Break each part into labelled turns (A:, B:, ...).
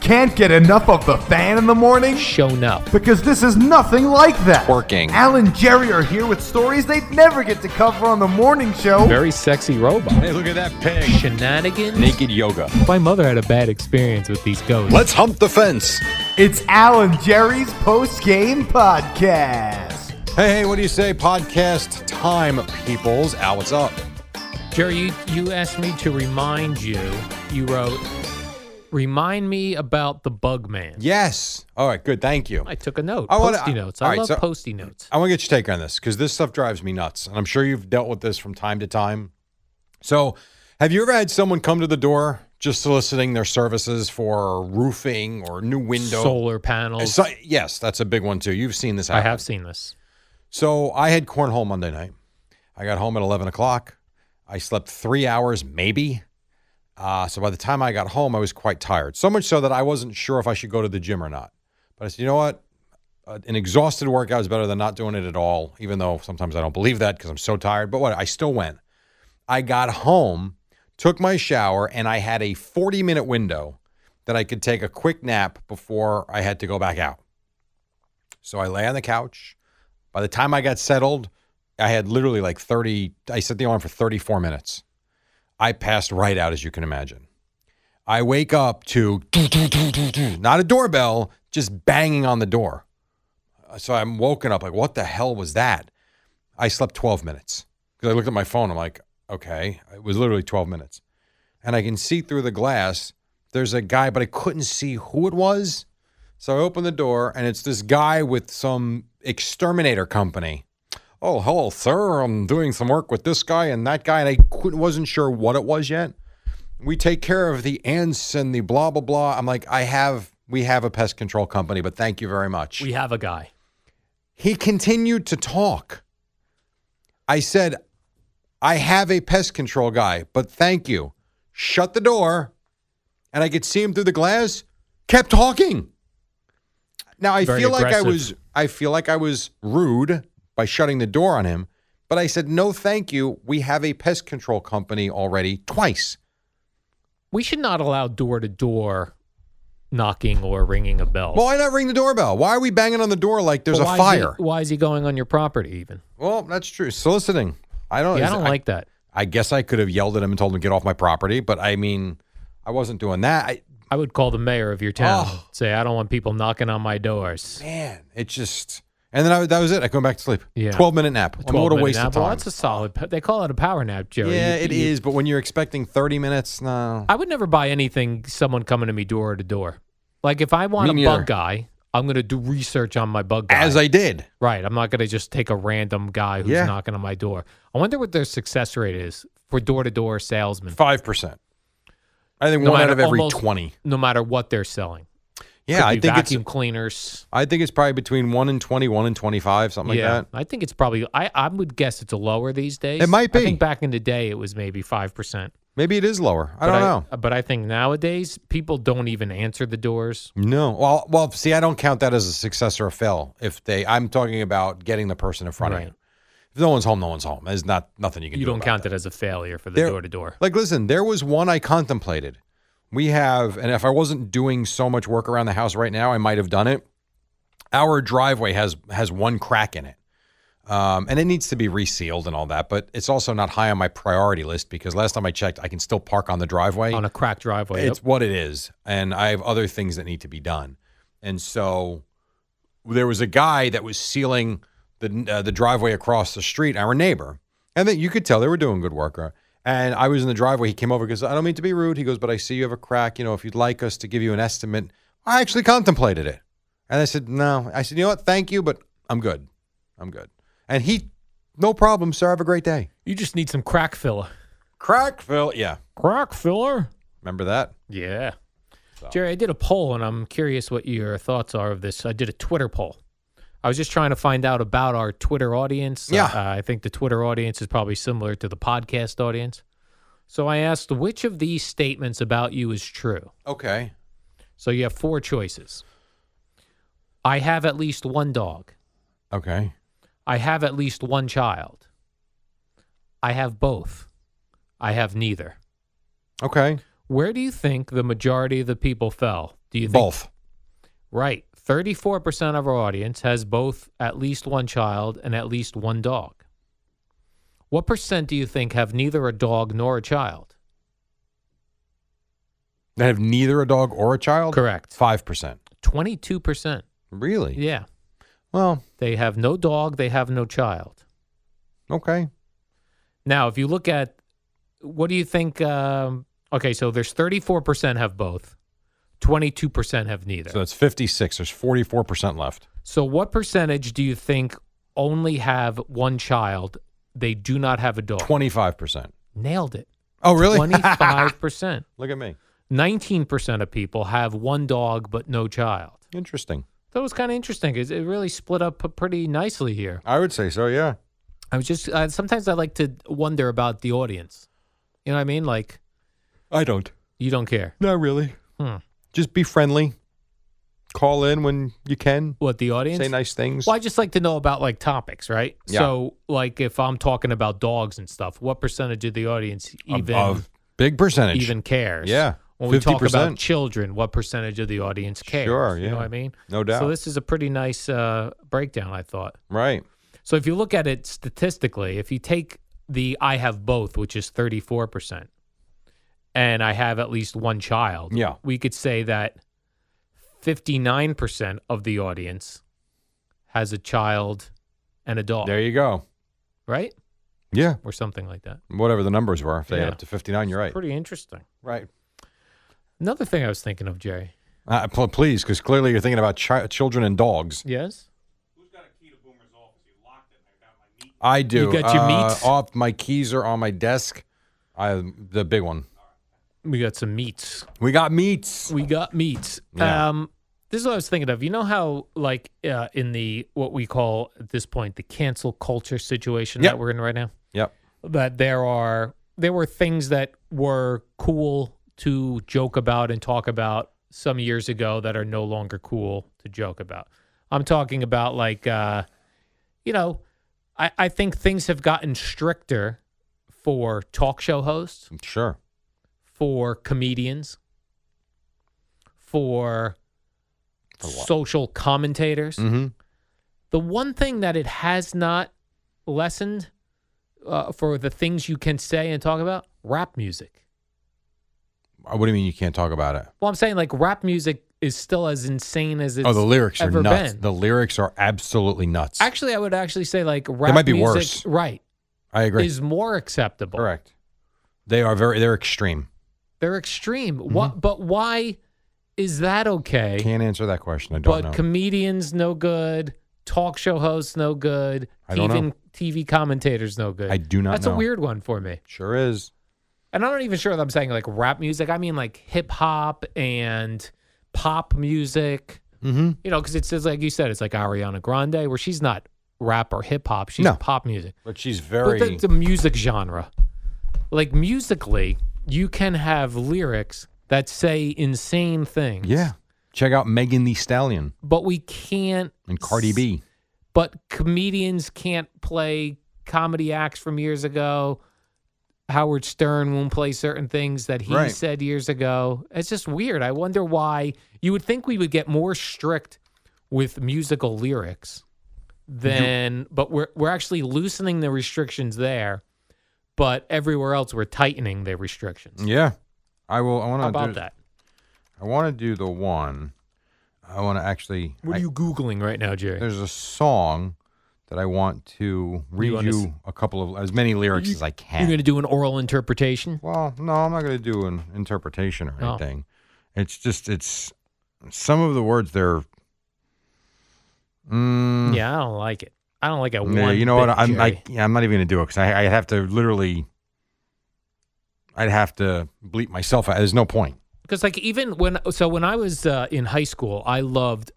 A: Can't get enough of the fan in the morning?
B: Shown up.
A: Because this is nothing like that.
C: Working.
A: Al and Jerry are here with stories they'd never get to cover on the morning show.
B: Very sexy robot.
C: Hey, look at that pig.
B: Shenanigans.
C: Naked yoga.
B: My mother had a bad experience with these ghosts.
C: Let's hump the fence.
A: It's Al and Jerry's post game podcast.
C: Hey, what do you say, podcast time, peoples? Al, what's up?
B: Jerry, you, you asked me to remind you. You wrote, remind me about the bug man.
C: Yes. All right, good. Thank you.
B: I took a note.
C: I wanna-
B: Posty notes. I
C: all right,
B: love
C: so-
B: posty notes.
C: I want to get your take on this because this stuff drives me nuts. And I'm sure you've dealt with this from time to time. So, have you ever had someone come to the door just soliciting their services for roofing or new window?
B: Solar panels.
C: So- yes, that's a big one too. You've seen this
B: I
C: happen.
B: have seen this.
C: So I had cornhole Monday night. I got home at 11 o'clock. I slept three hours, maybe. Uh, so by the time I got home, I was quite tired. So much so that I wasn't sure if I should go to the gym or not. But I said, you know what? Uh, an exhausted workout is better than not doing it at all, even though sometimes I don't believe that because I'm so tired. But what? I still went. I got home, took my shower, and I had a 40 minute window that I could take a quick nap before I had to go back out. So I lay on the couch. By the time I got settled, I had literally like 30, I set the alarm for 34 minutes. I passed right out, as you can imagine. I wake up to not a doorbell, just banging on the door. Uh, So I'm woken up like, what the hell was that? I slept 12 minutes because I looked at my phone. I'm like, okay, it was literally 12 minutes. And I can see through the glass, there's a guy, but I couldn't see who it was. So I open the door, and it's this guy with some exterminator company. Oh, hello, sir. I'm doing some work with this guy and that guy, and I couldn't- wasn't sure what it was yet. We take care of the ants and the blah blah blah. I'm like, I have, we have a pest control company, but thank you very much.
B: We have a guy.
C: He continued to talk. I said, I have a pest control guy, but thank you. Shut the door. And I could see him through the glass, kept talking. Now I
B: Very
C: feel like I
B: aggressive.
C: was I feel like I was rude by shutting the door on him, but I said, no, thank you. We have a pest control company already twice.
B: We should not allow door to door knocking or ringing of bells.
C: Well, why not ring the doorbell? Why are we banging on the door like there's
B: But
C: a
B: why is he-
C: fire?
B: why is he going on your property even?
C: Well, that's true. Soliciting. I don't
B: Yeah, I
C: is-
B: don't like that.
C: I guess I could have yelled at him and told him to get off my property, but I mean, I wasn't doing that. I,
B: I would call the mayor of your town.
C: Oh.
B: Say, I don't want people knocking on my doors.
C: man, it just. And then I, that was it. I go back to sleep.
B: Yeah.
C: Twelve minute nap. Well, what a
B: 12 minute
C: waste
B: nap.
C: of
B: Well,
C: time.
B: that's a solid. pa- They call it a power nap, Jerry.
C: yeah,
B: You-
C: it is.
B: you-
C: But when you're expecting thirty minutes, no.
B: I would never buy anything. Someone coming to me door to door. Like if I want
C: Me
B: a
C: neither.
B: bug guy, I'm going to do research on my bug guy.
C: As I did.
B: right, I'm not going to just take a random guy who's
C: Yeah.
B: knocking on my door. I wonder what their success rate is for door to door salesmen.
C: Five percent. I think
B: No
C: one out
B: matter-
C: of every
B: almost-
C: twenty.
B: No matter what they're selling.
C: Yeah,
B: Could
C: I
B: be
C: think
B: vacuum
C: it's.
B: cleaners.
C: I think it's probably between one and twenty, one and twenty-five, something
B: yeah,
C: like that.
B: I think it's probably. I I would guess it's lower these days.
C: It might
B: I think
C: be.
B: back in the day it was maybe five percent.
C: Maybe it is lower. I
B: But
C: don't know.
B: But I think nowadays people don't even answer the doors.
C: No. Well, well. See, I don't count that as a success or a fail. If they, I'm talking about getting the person in front
B: Right.
C: of you. If no one's home, no one's home. There's not nothing you can
B: You,
C: do.
B: don't
C: about
B: count
C: that.
B: that as a failure for the
C: There-
B: door to door.
C: Like, listen, there was one I contemplated. We have, and if I wasn't doing so much work around the house right now, I might have done it. Our driveway has has one crack in it, um, and it needs to be resealed and all that. But it's also not high on my priority list because last time I checked, I can still park on the driveway
B: On a cracked driveway.
C: it's
B: Yep.
C: what it is and i have other things that need to be done and so there was a guy that was sealing the uh, the driveway across the street our neighbor and then you could tell they were doing good work uh, and i was in the driveway he came over because i don't mean to be rude he goes but i see you have a crack you know if you'd like us to give you an estimate i actually contemplated it and i said no i said you know what thank you but i'm good i'm good and he no problem sir have a great day
B: You just need some crack filler.
C: crack fill yeah
B: Crack filler?
C: remember that
B: Yeah. Jerry, I did a poll, and I'm curious what your thoughts are of this. I did a Twitter poll. I was just trying to find out about our Twitter audience.
C: Yeah.
B: Uh, I think the Twitter audience is probably similar to the podcast audience. So I asked, which of these statements about you is true?
C: Okay.
B: So you have four choices. I have at least one dog.
C: Okay.
B: I have at least one child. I have both. I have neither.
C: Okay.
B: Where do you think the majority of the people fell? Do you think
C: Both.
B: Right. 34% of our audience has both at least one child and at least one dog. What percent do you think have neither a dog nor a child?
C: That have neither a dog or a child?
B: Correct.
C: Five percent.
B: 22%.
C: Really?
B: Yeah.
C: Well,
B: They have no dog, they have no child.
C: okay.
B: Now, if you look at what do you think? Um, okay, so there's 34% have both, 22% have neither.
C: So
B: So,
C: that's fifty six. There's forty four percent left.
B: what percentage do you think only have one child? They do not have a dog.
C: Twenty five percent.
B: Nailed it.
C: Oh really?
B: 25%.
C: Look at me.
B: 19% of people have one dog but no child.
C: Interesting.
B: That was kind of interesting. It it really split up p- pretty nicely here.
C: I would say so, yeah.
B: I was just, uh, sometimes I like to wonder about the audience. You know what I mean? Like,
C: I don't.
B: you don't care.
C: Not really.
B: Hmm.
C: Just be friendly. Call in when you can.
B: What, the audience?
C: Say nice things.
B: Well, I just like to know about like topics, right?
C: Yeah.
B: So, like, if I'm talking about dogs and stuff, what percentage of the audience even
C: Above. Big percentage.
B: even cares?
C: Yeah,
B: When we talk
C: 50%.
B: about children, what percentage of the audience cares?
C: Sure,
B: You
C: yeah.
B: know what I mean?
C: No doubt.
B: So this is a pretty nice uh, breakdown, I thought.
C: right.
B: So if you look at it statistically, if you take the I have both, which is 34%, and I have at least one child,
C: Yeah.
B: we could say that 59% of the audience has a child and a dog,
C: There you go.
B: right?
C: Yeah.
B: Or something like that.
C: Whatever the numbers were. If they
B: Yeah.
C: add up to fifty nine, you're right.
B: Pretty interesting.
C: Right.
B: Another thing I was thinking of, Jerry.
C: Uh, pl- please, because clearly you're thinking about chi- children and dogs.
B: Yes?
C: I do.
B: You got your
C: Uh,
B: meats?
C: Off my keys are on my desk. I the big one.
B: We got some meats.
C: We got meats.
B: We got meats.
C: Yeah.
B: Um, this is what I was thinking of. You know how, like, uh, in the what we call at this point the cancel culture situation
C: Yep.
B: that we're in right now,
C: Yep.
B: that there are there were things that were cool to joke about and talk about some years ago that are no longer cool to joke about. I'm talking about like, uh, you know, I, I think things have gotten stricter for talk show hosts
C: Sure.
B: for comedians, for, social commentators.
C: Mm-hmm.
B: The one thing that it has not lessened uh, for the things you can say and talk about rap music.
C: Uh, What do you mean you can't talk about it?
B: Well, I'm saying like rap music is still as insane as it's
C: oh, the lyrics are
B: ever
C: nuts.
B: been.
C: The lyrics are absolutely nuts.
B: actually, I would actually say like rap
C: might be
B: music,
C: worse.
B: Right,
C: I agree.
B: is more acceptable.
C: Correct. They are very. They're extreme.
B: They're extreme.
C: Mm-hmm.
B: What? But why is that okay?
C: Can't answer that question. I don't
B: but
C: know.
B: comedians no good, talk show hosts no good,
C: I don't
B: even
C: know.
B: TV commentators no good.
C: I do not
B: That's a
C: know.
B: weird one for me.
C: sure is.
B: And I'm not even sure that I'm saying like rap music. I mean like hip hop and pop music.
C: Mm-hmm.
B: You know, because it says like you said, it's like Ariana Grande, where she's not rap or hip hop. She's
C: No.
B: pop music.
C: But she's
B: But
C: very.
B: the, the music genre, like musically, you can have lyrics that say insane things.
C: yeah. Check out Megan the Stallion
B: But we can't
C: and Cardi B.
B: but comedians can't play comedy acts from years ago. Howard Stern won't play certain things that he
C: Right.
B: said years ago. It's just weird. I wonder why you would think we would get more strict with musical lyrics than but we're we're actually loosening the restrictions there, but everywhere else we're tightening the restrictions.
C: Yeah. I will. I want to
B: How about
C: do,
B: that?
C: I want to do the one. I want to actually.
B: What
C: I-
B: are you googling right now, Jerry?
C: There's a song that I want to read you,
B: wanna s-
C: a couple of as many lyrics as I can.
B: You're going to do an oral interpretation?
C: well, no, I'm not going to do an interpretation or
B: Oh.
C: anything. It's just it's some of the words they're. Mm,
B: Yeah, I don't like it. I don't like it
C: Yeah,
B: one
C: you know
B: bit,
C: what? I'm
B: Jerry.
C: I, yeah, I'm not even gonna do it because I, I have to literally. I'd have to bleep myself out. There's no point.
B: because like even when so when I was uh, in high school, I loved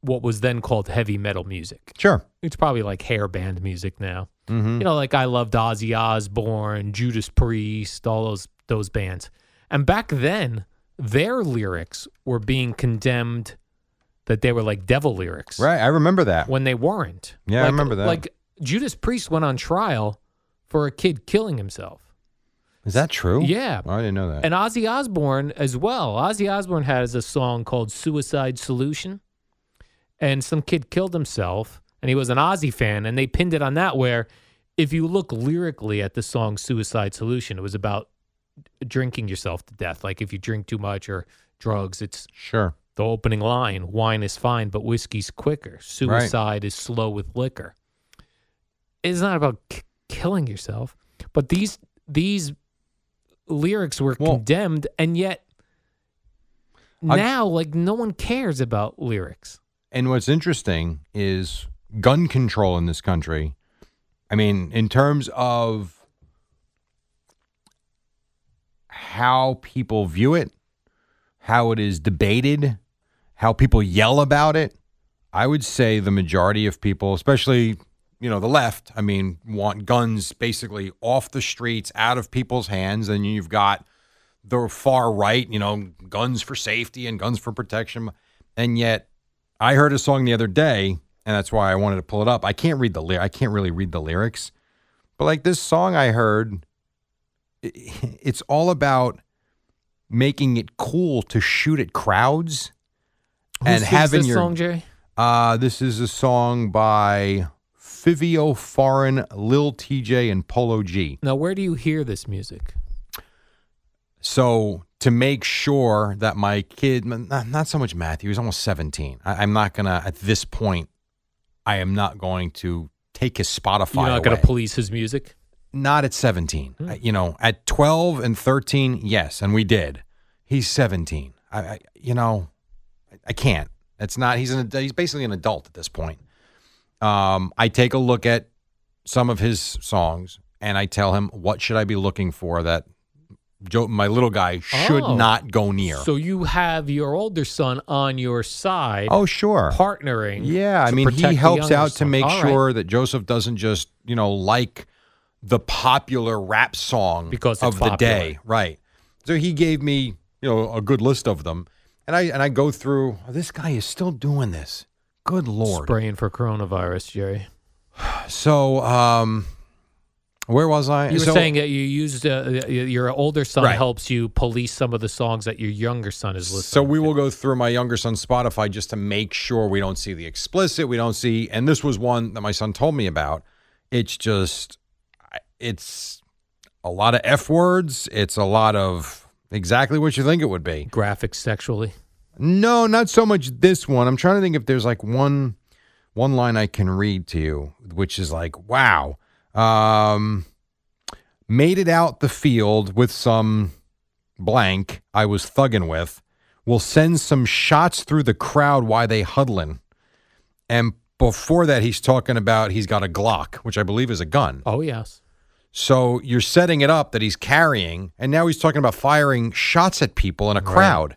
B: what was then called heavy metal music.
C: Sure.
B: It's probably like hair band music now.
C: Mm-hmm.
B: You know, like I loved Ozzy Osbourne, Judas Priest, all those those bands. And back then, their lyrics were being condemned that they were like devil lyrics,
C: Right. I remember that.
B: When they weren't.
C: Yeah, I
B: Like-
C: remember that.
B: Like Judas Priest went on trial for a kid killing himself.
C: Is that true?
B: Yeah.
C: I didn't know that.
B: And Ozzy Osbourne as well. Ozzy Osbourne has a song called Suicide Solution. And some kid killed himself and he was an Ozzy fan and they pinned it on that where if you look lyrically at the song Suicide Solution, it was about drinking yourself to death. Like if you drink too much or drugs, it's
C: sure.
B: the opening line wine is fine but whiskey's quicker suicide is slow with liquor it's not about k- killing yourself but these these lyrics were
C: Well-
B: condemned and yet
C: I-
B: now like no one cares about lyrics
C: And what's interesting is gun control in this country. I mean, in terms of how people view it, how it is debated, how people yell about it, I would say the majority of people, especially, you know, the left, I mean, want guns basically off the streets, out of people's hands. And you've got the far right, you know, guns for safety and guns for protection. And yet, I heard a song the other day, and that's why I wanted to pull it up. I can't read the lyric. I can't really read the lyrics, but like this song I heard, i- it's all about making it cool to shoot at crowds
B: Who
C: and
B: sings
C: having
B: this
C: your
B: song jerry
C: uh, this is a song by Fivio Foreign, Lil TJ, and Polo G.
B: now where do you hear this music
C: So to make sure that my kid, not, not so much Matthew, he's almost 17. I, I'm not going to, at this point, I am not going to take his Spotify
B: you're not going
C: away.
B: to police his music
C: not at 17.
B: Hmm.
C: I- you know, at 12 and 13, yes, and we did. He's 17. I, I you know, I, I can't. It's not. He's an. ad- He's basically an adult at this point. Um, I take a look at some of his songs, and I tell him what should I be looking for that Joe, my little guy, should
B: Oh.
C: not go near.
B: so you have your older son on your side
C: oh, sure.
B: partnering
C: Yeah, I
B: to
C: mean,
B: protect the
C: he helps
B: younger
C: out to
B: son.
C: make
B: All right.
C: sure that Joseph doesn't just, you know, like the popular rap song
B: Because it's
C: of the
B: popular.
C: day, right? So he gave me, you know, a good list of them, and I and I go through. "Oh, This guy is still doing this. Good lord.
B: spraying for coronavirus jerry
C: So, um, where was I?
B: You were
C: So-
B: saying that you used uh, y- y- your older son
C: Right.
B: helps you police some of the songs that your younger son is listening.
C: So we will go through my younger son's Spotify just to make sure we don't see the explicit. We don't see, and this was one that my son told me about. It's just, I- it's a lot of f words. It's a lot of exactly what you think it would be.
B: graphic sexually.
C: No, not so much this one. I'm trying to think if there's like one, one line I can read to you, which is like, wow, um, made it out the field with some blank I was thugging with will send some shots through the crowd while they huddling. And before that, he's talking about he's got a Glock, which I believe is a gun.
B: Oh yes,
C: So you're setting it up that he's carrying, and now he's talking about firing shots at people in a crowd.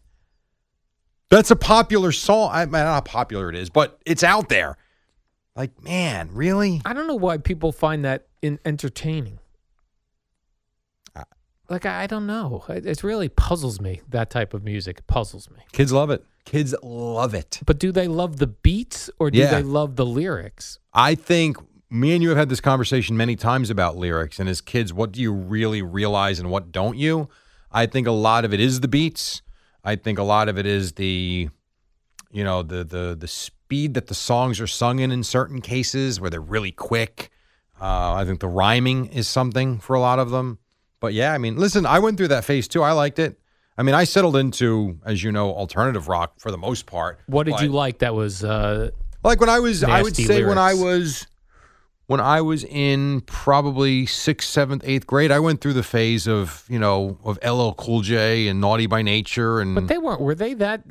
C: That's a popular song. I mean, I don't know how popular it is, but it's out there. Like, man, really?
B: I don't know why people find that in- entertaining. Like I I don't know. It it really puzzles me. That type of music It puzzles me.
C: Kids love it. Kids love it.
B: But do they love the beats or do
C: Yeah.
B: they love the lyrics?
C: I think me and you have had this conversation many times about lyrics and as kids, what do you really realize and what don't you? I think a lot of it is the beats. I think a lot of it is the, you know, the the the speed that the songs are sung in in certain cases where they're really quick. Uh, I think the rhyming is something for a lot of them. But yeah, I mean, listen, I went through that phase too. I liked it. I mean, I settled into, as you know, alternative rock for the most part.
B: What did
C: but-
B: you like that was uh,
C: like when I was, I would say
B: Nasty
C: when I
B: lyrics.
C: was, when I was in probably sixth, seventh, eighth grade, I went through the phase of you know of LL Cool J and Naughty by Nature, and
B: But they weren't were they that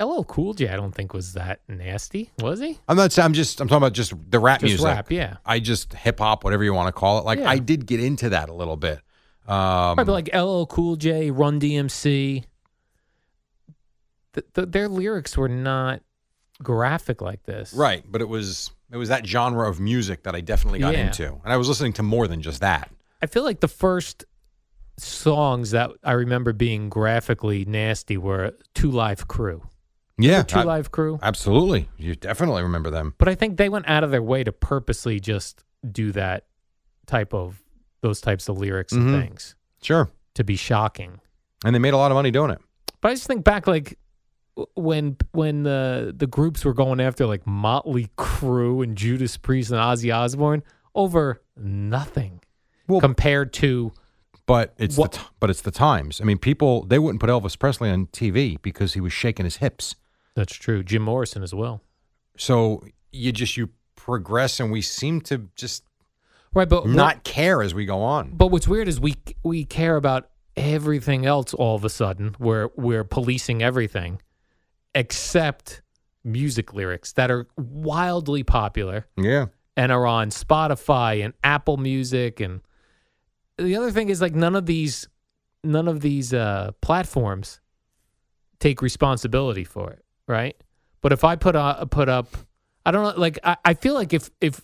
B: LL Cool J I don't think was that nasty, was he?
C: I'm not, I'm just, I'm talking about just the rap
B: Just
C: music.
B: rap, yeah.
C: I just hip hop, whatever you want to call it. Like
B: Yeah.
C: I did get into that a little bit. Um,
B: Probably like LL Cool J, Run DMC, th- th- their lyrics were not graphic like this.
C: Right, but it was it was that genre of music that I definitely got
B: Yeah.
C: into, and I was listening to more than just that.
B: I feel like the first songs that I remember being graphically nasty were Two Live Crew.
C: Yeah,
B: Two Live Crew.
C: absolutely. You definitely remember them.
B: But I think they went out of their way to purposely just do that type of those types of lyrics
C: Mhm.
B: and things
C: Sure,
B: to be shocking.
C: and they made a lot of money doing it.
B: But I just think back like w- when when the the groups were going after like Motley Crue and Judas Priest and Ozzy Osbourne over nothing
C: Well-
B: compared to
C: But it's
B: What-
C: the t- but it's the times. I mean, people they wouldn't put Elvis Presley on TV because he was shaking his hips.
B: that's true Jim Morrison as well.
C: So you just you progress, and we seem to just
B: Right, but what-
C: not care as we go on.
B: But what's weird is we we care about everything else all of a sudden. We're we're policing everything except music lyrics that are wildly popular
C: Yeah,
B: and are on Spotify and Apple Music and the other thing is like none of these none of these uh, platforms take responsibility for it, right? But if I put uh, put up, I don't know, like I, I feel like if if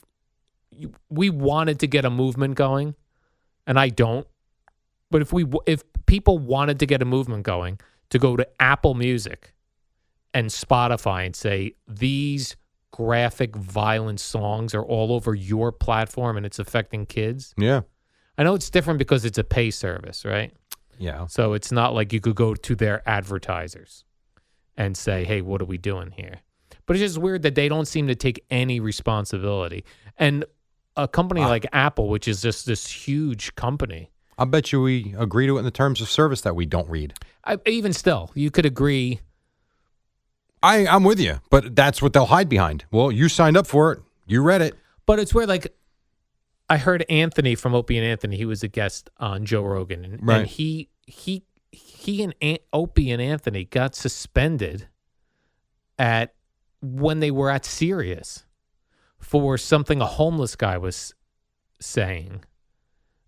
B: you- we wanted to get a movement going, and I don't, but if we w- if people wanted to get a movement going to go to Apple Music and Spotify and say these graphic violent songs are all over your platform and it's affecting kids.
C: yeah,
B: I know it's different because it's a pay service, right?
C: yeah.
B: So it's not like you could go to their advertisers and say, hey, what are we doing here? But it's just weird that they don't seem to take any responsibility. And a company like Apple, which is just this huge company,
C: I bet you we agree to it in the terms of service that we don't read.
B: I, even still, you could agree.
C: I, I'm with you, but that's what they'll hide behind. Well, you signed up for it. You read it.
B: But it's weird, like, I heard Anthony from Opie and Anthony. He was a guest on Joe Rogan, and, and
C: Right.
B: he he he and An- Opie and Anthony got suspended at when they were at Sirius for something a homeless guy was saying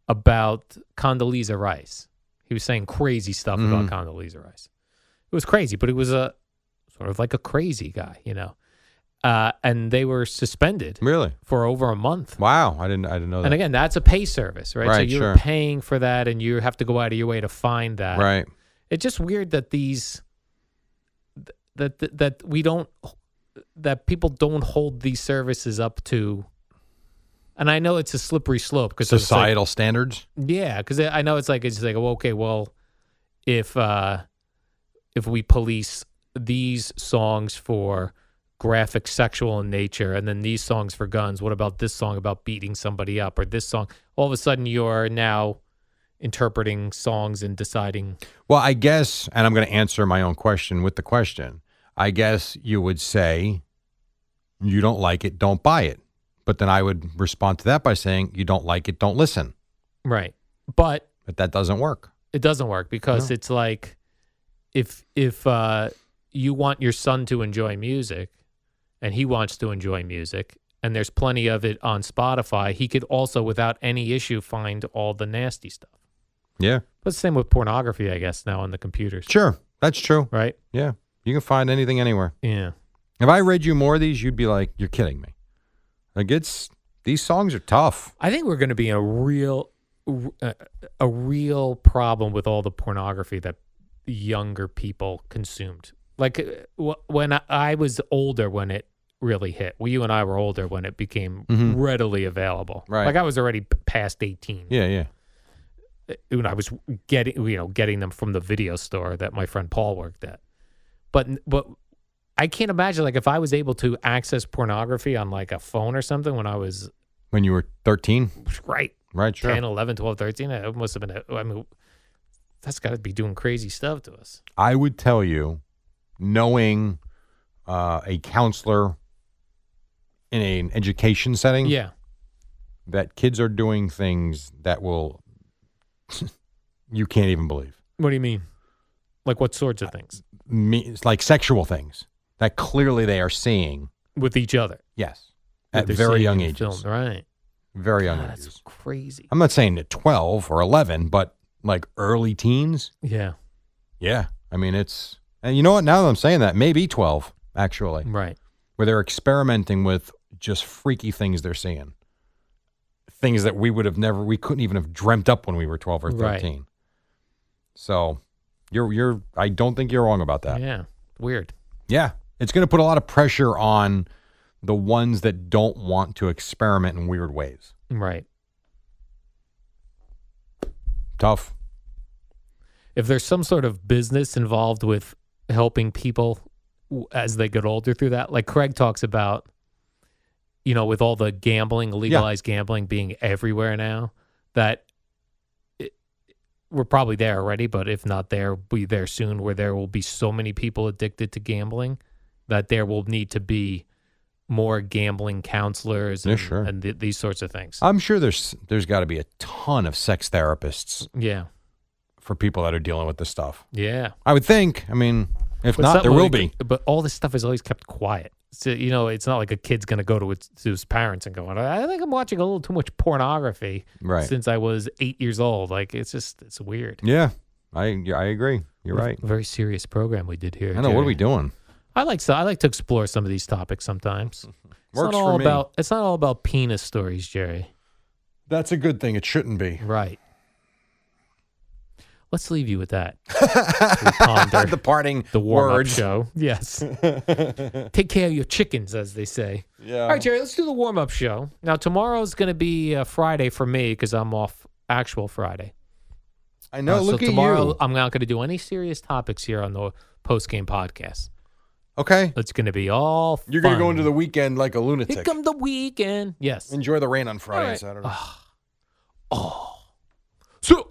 B: about Condoleezza Rice. He was saying crazy stuff about Condoleezza Rice. It was crazy, but it was a sort of like a crazy guy, you know. Uh, and they were suspended
C: Really?
B: for over a month.
C: Wow. I didn't. I didn't know that.
B: And again, that's a pay service, right? so
C: Right,
B: you're
C: sure.
B: paying for that and you have to go out of your way to find that.
C: right.
B: It's just weird that these th- that that, that we don't that people don't hold these services up to and I know it's a slippery slope because
C: Societal standards.
B: yeah, because I know it's like it's like well, okay, well, if uh, if we police these songs for graphic sexual in nature, and then these songs for guns, what about this song about beating somebody up, or this song? All of a sudden, you're now interpreting songs and deciding.
C: Well, I guess, and I'm going to answer my own question with the question. I guess you would say, you don't like it, don't buy it. But then I would respond to that by saying, you don't like it, don't listen.
B: Right, but
C: But that doesn't work.
B: it doesn't work because it's like if if uh, you want your son to enjoy music and he wants to enjoy music and there's plenty of it on spotify he could also without any issue find all the nasty stuff
C: Yeah.
B: but same with pornography i guess now on the computers
C: Sure. That's true.
B: right
C: Yeah. You can find anything anywhere.
B: yeah
C: If I read you more of these, you'd be like, you're kidding me. Like, it's, these songs are tough.
B: i think we're going to be in a real a, a real problem with all the pornography that younger people consumed like uh, wh- when I- i was older when it really hit well you and i were older when it became readily available
C: Mm-hmm. Right.
B: like i was already p- past 18
C: Yeah. Yeah.
B: when I was getting you know getting them from the video store that my friend Paul worked at. But but I can't imagine like if I was able to access pornography on like a phone or something when I was
C: When you were 13,
B: right
C: right? Sure.
B: 10, 11, 12, 13, it must have been a, I mean that's got to be doing crazy stuff to us.
C: I would tell you, knowing uh, a counselor in an education setting,
B: Yeah.
C: that kids are doing things that will you can't even believe.
B: What do you mean? Like what sorts of things
C: Me, it's like sexual things that clearly they are seeing.
B: with each other
C: Yes,
B: that
C: at
B: they're
C: very
B: seeing
C: young
B: in
C: ages.
B: film, right?
C: Very young
B: God,
C: ages.
B: that's crazy.
C: I'm not saying at 12 or 11, but like early teens.
B: Yeah.
C: Yeah, I mean it's And you know what? Now that I'm saying that, maybe 12, actually,
B: Right.
C: where they're experimenting with just freaky things they're seeing. Things that we would have never, we couldn't even have dreamt up when we were 12 or
B: Right.
C: 13. So you're, you're, I don't think you're wrong about that.
B: Yeah. Weird.
C: Yeah. It's going to put a lot of pressure on the ones that don't want to experiment in weird ways.
B: Right.
C: Tough.
B: If there's some sort of business involved with helping people w- as they get older through that, like Craig talks about, you know, with all the gambling, legalized gambling being everywhere now, that it, we're probably there already, but if not there, be there soon where there will be so many people addicted to gambling that there will need to be more gambling counselors
C: Yeah,
B: and,
C: sure.
B: and th- these sorts of things.
C: I'm sure there's, there's got to be a ton of sex therapists
B: yeah.
C: for people that are dealing with this stuff.
B: Yeah.
C: I would think. I mean, if
B: But it's
C: not, there will
B: really-
C: be.
B: But all this stuff is always kept quiet. So you know, it's not like a kid's going to go to, its, to his parents and go, "I think I'm watching a little too much pornography
C: Right.
B: since I was eight years old." Like it's just it's weird.
C: Yeah, I I agree. You're right.
B: Very serious program we did here.
C: I know. What are we
B: Jerry.
C: doing?
B: I like so I like to explore some of these topics sometimes. it's
C: Works
B: not
C: for
B: all
C: me.
B: about it's not all about penis stories, Jerry.
C: That's a good thing. It shouldn't be.
B: Right. Let's leave you with that. We ponder.
C: The parting
B: the warm up
C: words.
B: show. Yes. Take care of your chickens, as they say.
C: Yeah.
B: All right, Jerry, let's do the warm up show. Now, tomorrow's going to be uh, Friday for me because I'm off actual Friday.
C: I know.
B: Uh,
C: look
B: so
C: at
B: tomorrow,
C: you.
B: I'm not going to do any serious topics here on the post game podcast.
C: Okay.
B: It's going to be all
C: You're gonna go
B: fun.
C: into the weekend like a
B: Here
C: lunatic.
B: come the weekend. Yes.
C: Enjoy the rain on Friday
B: All
C: and
B: right.
C: Saturday.
B: So,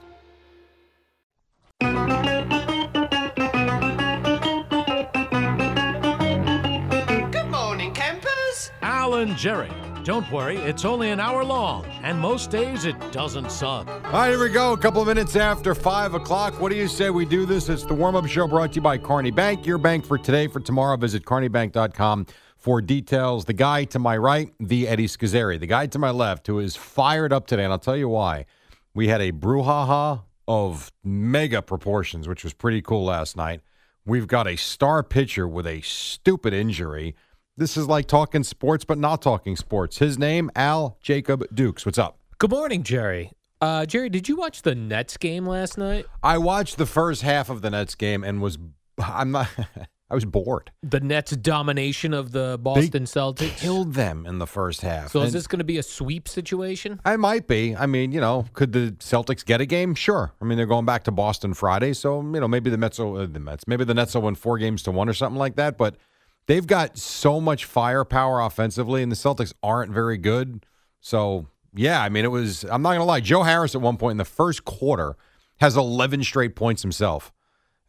D: Al and Jerry. Don't worry, it's only an hour long, and most days it doesn't suck.
C: All right, here we go. A couple of minutes after five o'clock. What do you say we do this? It's the warm up show brought to you by Carney Bank, your bank for today. For tomorrow, visit carneybank.com for details. The guy to my right, the Eddie Scazzeri. The guy to my left, who is fired up today, and I'll tell you why. We had a brouhaha of mega proportions, which was pretty cool last night. We've got a star pitcher with a stupid injury. This is like talking sports, but not talking sports. His name, Al Jacob Dukes. What's up?
B: good morning, Jerry. Uh, Jerry, did you watch the Nets game last night?
C: I watched the first half of the Nets game and was I'm not I was bored.
B: The Nets' domination of the Boston Celtics?
C: Killed them in the first half.
B: So, is
C: And
B: this going to be a sweep situation?
C: I might be. I mean, you know, could the Celtics get a game? Sure. I mean, they're going back to Boston Friday, so you know, maybe the Mets will uh, the Mets, maybe the Nets will win four games to one or something like that. But they've got so much firepower offensively, and the Celtics aren't very good. So yeah, I mean, it was. I'm not gonna lie. Joe Harris at one point in the first quarter has 11 straight points himself.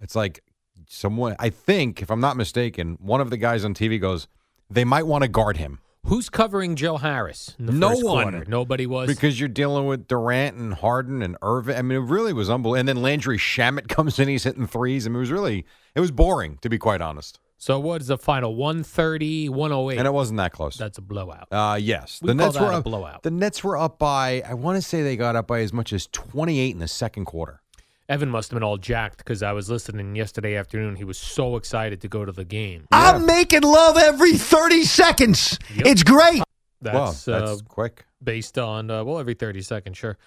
C: It's like someone. I think, if I'm not mistaken, one of the guys on TV goes, "They might want to guard him."
B: Who's covering Joe Harris? in the
C: No
B: first
C: one.
B: quarter? Nobody was.
C: Because you're dealing with Durant and Harden and Irvin. I mean, it really was unbelievable. And then Landry Shamit comes in, he's hitting threes. I mean, it was really, it was boring, to be quite honest.
B: so what is the final? 130, 108.
C: And it wasn't that close.
B: That's a blowout.
C: Uh, yes.
B: We
C: the
B: call
C: Nets
B: that
C: were
B: a
C: up,
B: blowout.
C: The Nets were up by, I want to say they got up by as much as 28 in the second quarter.
B: Evan must have been all jacked because I was listening yesterday afternoon. He was so excited to go to the game.
A: I'm making love every 30 seconds.
B: Yep.
A: It's great.
B: That's,
C: wow,
B: uh,
C: that's quick.
B: based on, uh, well, every 30 seconds, sure.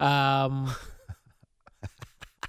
B: Um,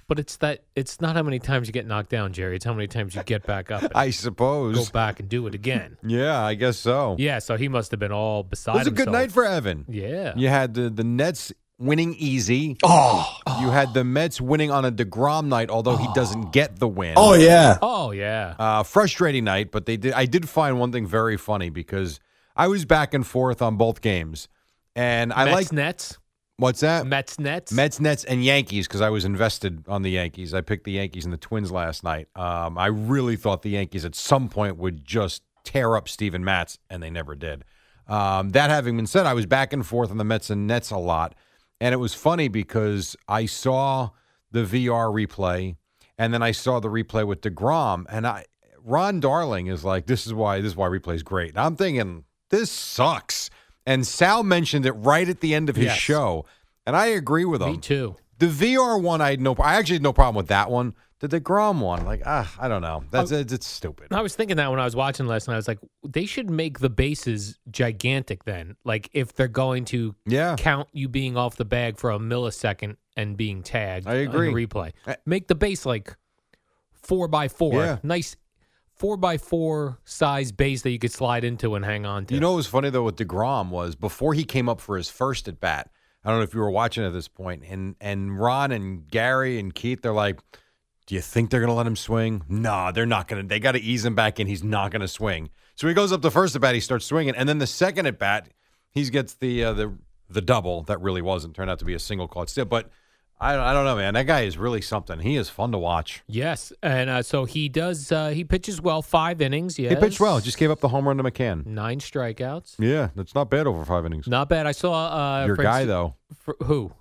B: but it's that, it's not how many times you get knocked down, Jerry. It's how many times you get back up and
C: I
B: go
C: suppose.
B: back and do it again.
C: Yeah, I guess so.
B: Yeah, so he must have been all beside
C: it was a good
B: himself.
C: night for Evan.
B: Yeah.
C: You had the, the Nets winning easy. Oh. You had the Mets winning on a DeGrom night, although he doesn't get the win. Oh,
B: Oh, yeah.
C: Uh, frustrating night, but they did. I did find one thing very funny because I was back and forth on both games, and I
B: Mets,
C: like Uh,
B: Nets.
C: What's that?
B: Mets Nets.
C: Mets, Nets, and Yankees because I was invested on the Yankees. I picked the Yankees and the Twins last night. Um, I really thought the Yankees at some point would just tear up Steven Matz, and they never did. Um, that having been said, I was back and forth on the Mets and Nets a lot, and it was funny because I saw the VR replay, and then I saw the replay with Degrom, and I Ron Darling is like, "This is why this is why replay's great." And I'm thinking this sucks, and Sal mentioned it right at the end of his
B: Yes.
C: show. Oh, And I agree with him.
B: Me too.
C: The VR one, I had no. I actually had no problem with that one. The Degrom one, like ah, I don't know.
B: Oh.
C: That's it's, it's stupid.
B: I was thinking that when I was watching last night. I was like, they should make the bases gigantic then. Like if they're going to
C: Yeah.
B: count you being off the bag for a millisecond and being tagged
C: I
B: on the
C: agree.
B: replay.
C: I-
B: Make the base like four by four.
C: Yeah.
B: Nice four by four size base that you could slide into and hang on to.
C: You know what was funny though with Degrom was before he came up for his first at bat. I don't know if you were watching at this point, and and Ron and Gary and Keith, they're like, "Do you think they're gonna let him swing? Nah, they're not gonna. They got to ease him back in. He's not gonna swing. So he goes up the first at bat, he starts swinging, and then the second at bat, he gets the uh, the the double that really wasn't turned out to be a single call. It's still, but I I don't know, man. That guy is really something. He is fun to watch.
B: Yes, and uh, so he does. Uh, he pitches well. Five innings. Yes,
C: He pitched well. Just gave up the home run to McCann.
B: nine strikeouts.
C: Yeah, that's not bad over five innings.
B: Not bad. I saw uh,
C: Your guy
B: Franci-
C: though,
B: Fr- who?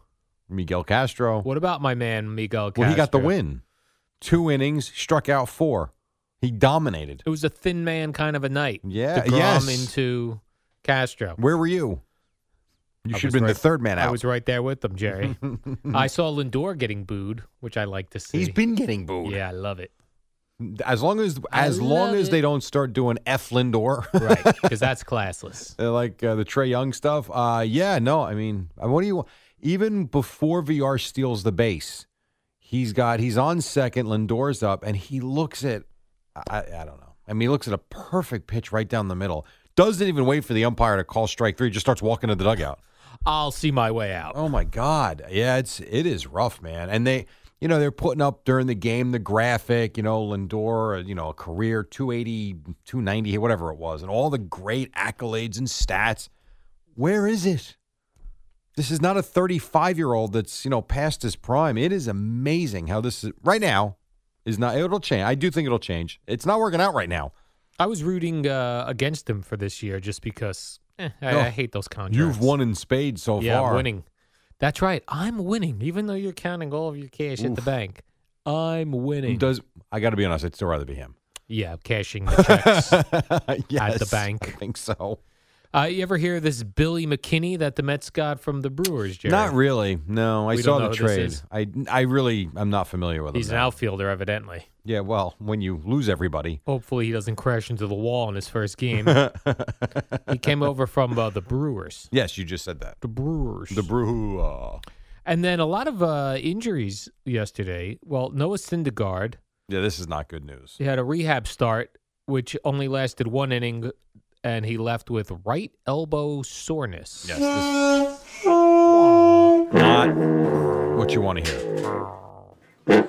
C: Miguel Castro.
B: What about my man Miguel?
C: Well, he got the
B: Castro?
C: win. Two innings, struck out four. He dominated.
B: It was a thin man kind of a night.
C: Yeah,
B: DeGrom
C: yes.
B: into Castro.
C: Where were you? You
B: I
C: should have
B: was
C: been the
B: right-
C: third man
B: I
C: out.
B: was right there with them, Jerry. I saw Lindor getting booed, which I like to see.
C: He's been getting booed.
B: Yeah, I love it.
C: As long as as long
B: love
C: as
B: it.
C: they don't start doing F Lindor,
B: Right, because that's classless.
C: They're like uh, the Trey Young stuff. Uh, yeah, no, I mean, I- what do you? Even before VR steals the base, he's got he's on second. Lindor's up, and he looks at I, I don't know. I mean, he looks at a perfect pitch right down the middle. Doesn't even wait for the umpire to call strike three. Just starts walking to the dugout.
B: I'll see my way out.
C: Oh my God. Yeah, it's it is rough, man. And they you know, they're putting up during the game the graphic, you know, Lindor, uh, you know, a career 280, 290, whatever it was, and all the great accolades and stats. Where is it? This is not a 35 year old that's, you know, past his prime. It is amazing how this is right now is not, it'll change. I do think it'll change. It's not working out right now.
B: I was rooting uh, against him for this year just because eh, I,
C: No.
B: I hate those contracts.
C: You've won in spades so
B: yeah, I'm
C: far.
B: winning. That's right. I'm winning, even though you're counting all of your cash at the bank. I'm winning.
C: Does, I got to be honest, I'd still rather be him.
B: yeah, cashing the checks.
C: Yes,
B: bank.
C: I think so.
B: uh, you ever hear this Billy McKinney that the Mets got from the Brewers, Jerry?
C: Not really. No, I
B: We don't
C: saw
B: know
C: the
B: who this
C: trade.
B: is.
C: I I really I'm not familiar with
B: He's
C: him.
B: an
C: no.
B: outfielder, evidently.
C: Yeah, well, when you lose everybody,
B: Hopefully, he doesn't crash into the wall in his first game. he came over from uh, the Brewers.
C: yes, you just said that.
B: The Brewers.
C: The brew. Uh,
B: and then a lot of uh, injuries yesterday. Well, Noah Syndergaard
C: yeah, this is not good news.
B: he had a rehab start, which only lasted one inning, and he left with right elbow soreness.
C: Yes, this not what you want to hear.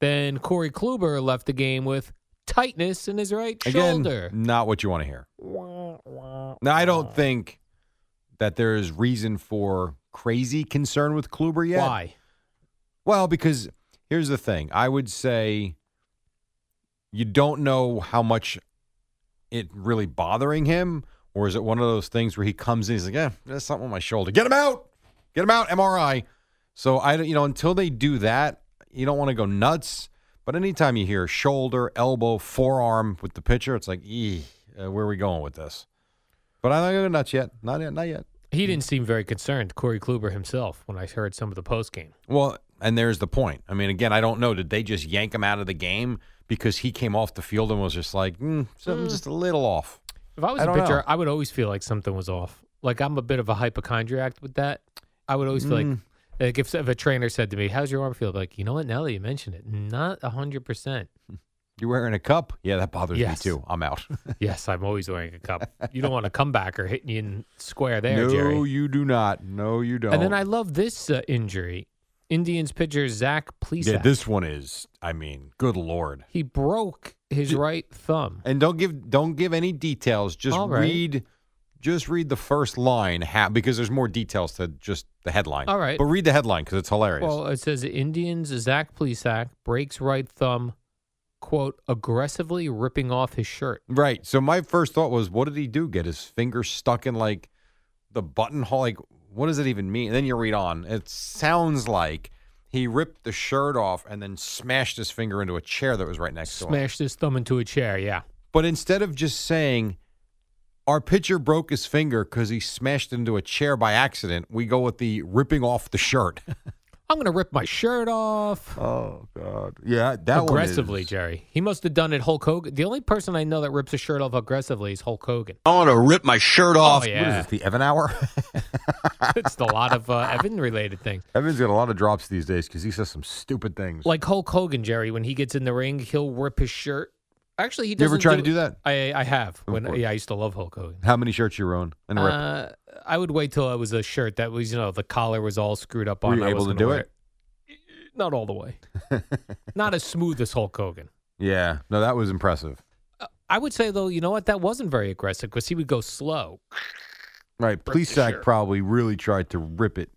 B: Then Corey Kluber left the game with tightness in his right
C: Again,
B: shoulder.
C: not what you want to hear. Now, I don't think that there is reason for crazy concern with Kluber yet.
B: Why?
C: Well, because here's the thing. I would say you don't know how much it really bothering him, or is it one of those things where he comes in, he's like, "Yeah, there's something on my shoulder. Get him out! Get him out! MRI." So I, don't- you know, until they do that, you don't want to go nuts. But anytime you hear shoulder, elbow, forearm with the pitcher, it's like, "Ee, uh, where are we going with this?" But I'm not going nuts yet. Not yet. Not yet.
B: He didn't seem very concerned, Corey Kluber himself, when I heard some of the post game.
C: Well, and there's the point. I mean, again, I don't know. Did they just yank him out of the game because he came off the field and was just like, mm, something's just a little off?
B: If I was
C: I
B: a
C: don't
B: pitcher,
C: know.
B: I would always feel like something was off. Like I'm a bit of a hypochondriac with that. I would always feel
C: Mm.
B: like, like if, if a trainer said to me, "How's your arm feel?" I'd be like, you know what? Now that you mention it, not hundred percent.
C: You're wearing a cup? Yeah, that bothers
B: Yes.
C: me too. I'm out.
B: Yes, I'm always wearing a cup. You don't want a comebacker hitting you in square there,
C: no,
B: Jerry.
C: you do not. No, you don't.
B: and then I love this uh, injury. Indians pitcher Zach Plesac.
C: Yeah, this one is. I mean, good lord.
B: he broke his right thumb.
C: And don't give don't give any details. Just
B: All right.
C: read just read the first line ha- because there's more details to just the headline.
B: All right.
C: But read the headline because it's hilarious.
B: Well, it says Indians Zach Plesac breaks right thumb, quote, aggressively ripping off his shirt.
C: right. So my first thought was, what did he do? Get his finger stuck in like the buttonhole? Like, what does it even mean? And then you read on. It sounds like he ripped the shirt off and then smashed his finger into a chair that was right next to him.
B: Smashed his thumb into a chair. Yeah.
C: But instead of just saying, our pitcher broke his finger because he smashed into a chair by accident, we go with the ripping off the shirt.
B: I'm going to rip my shirt off.
C: Oh, God. Yeah, that
B: aggressively, Jerry. He must have done it Hulk Hogan. The only person I know that rips a shirt off aggressively is Hulk Hogan.
C: I want to rip my shirt off. What
B: Oh, yeah.
C: is this, the Evan Hour?
B: it's a lot of uh, Evan related things.
C: Evan's got a lot of drops these days because he says some stupid things.
B: Like Hulk Hogan, Jerry, when he gets in the ring, he'll rip his shirt. Actually, he
C: You
B: doesn't.
C: ever try to do that?
B: I I have. When
C: course.
B: yeah, I used to love Hulk Hogan.
C: How many shirts you own and rip?
B: Uh, I would wait till it was a shirt that was, you know, the collar was all screwed up on.
C: Were you
B: I
C: able to
B: wasn't
C: do
B: gonna
C: it?
B: wear it. Not all the way. Not as smooth as Hulk Hogan.
C: yeah. No, that was impressive.
B: I would say though, you know what? That wasn't very aggressive because he would go slow.
C: Right.
B: the
C: Plesac
B: shirt.
C: probably really tried to rip it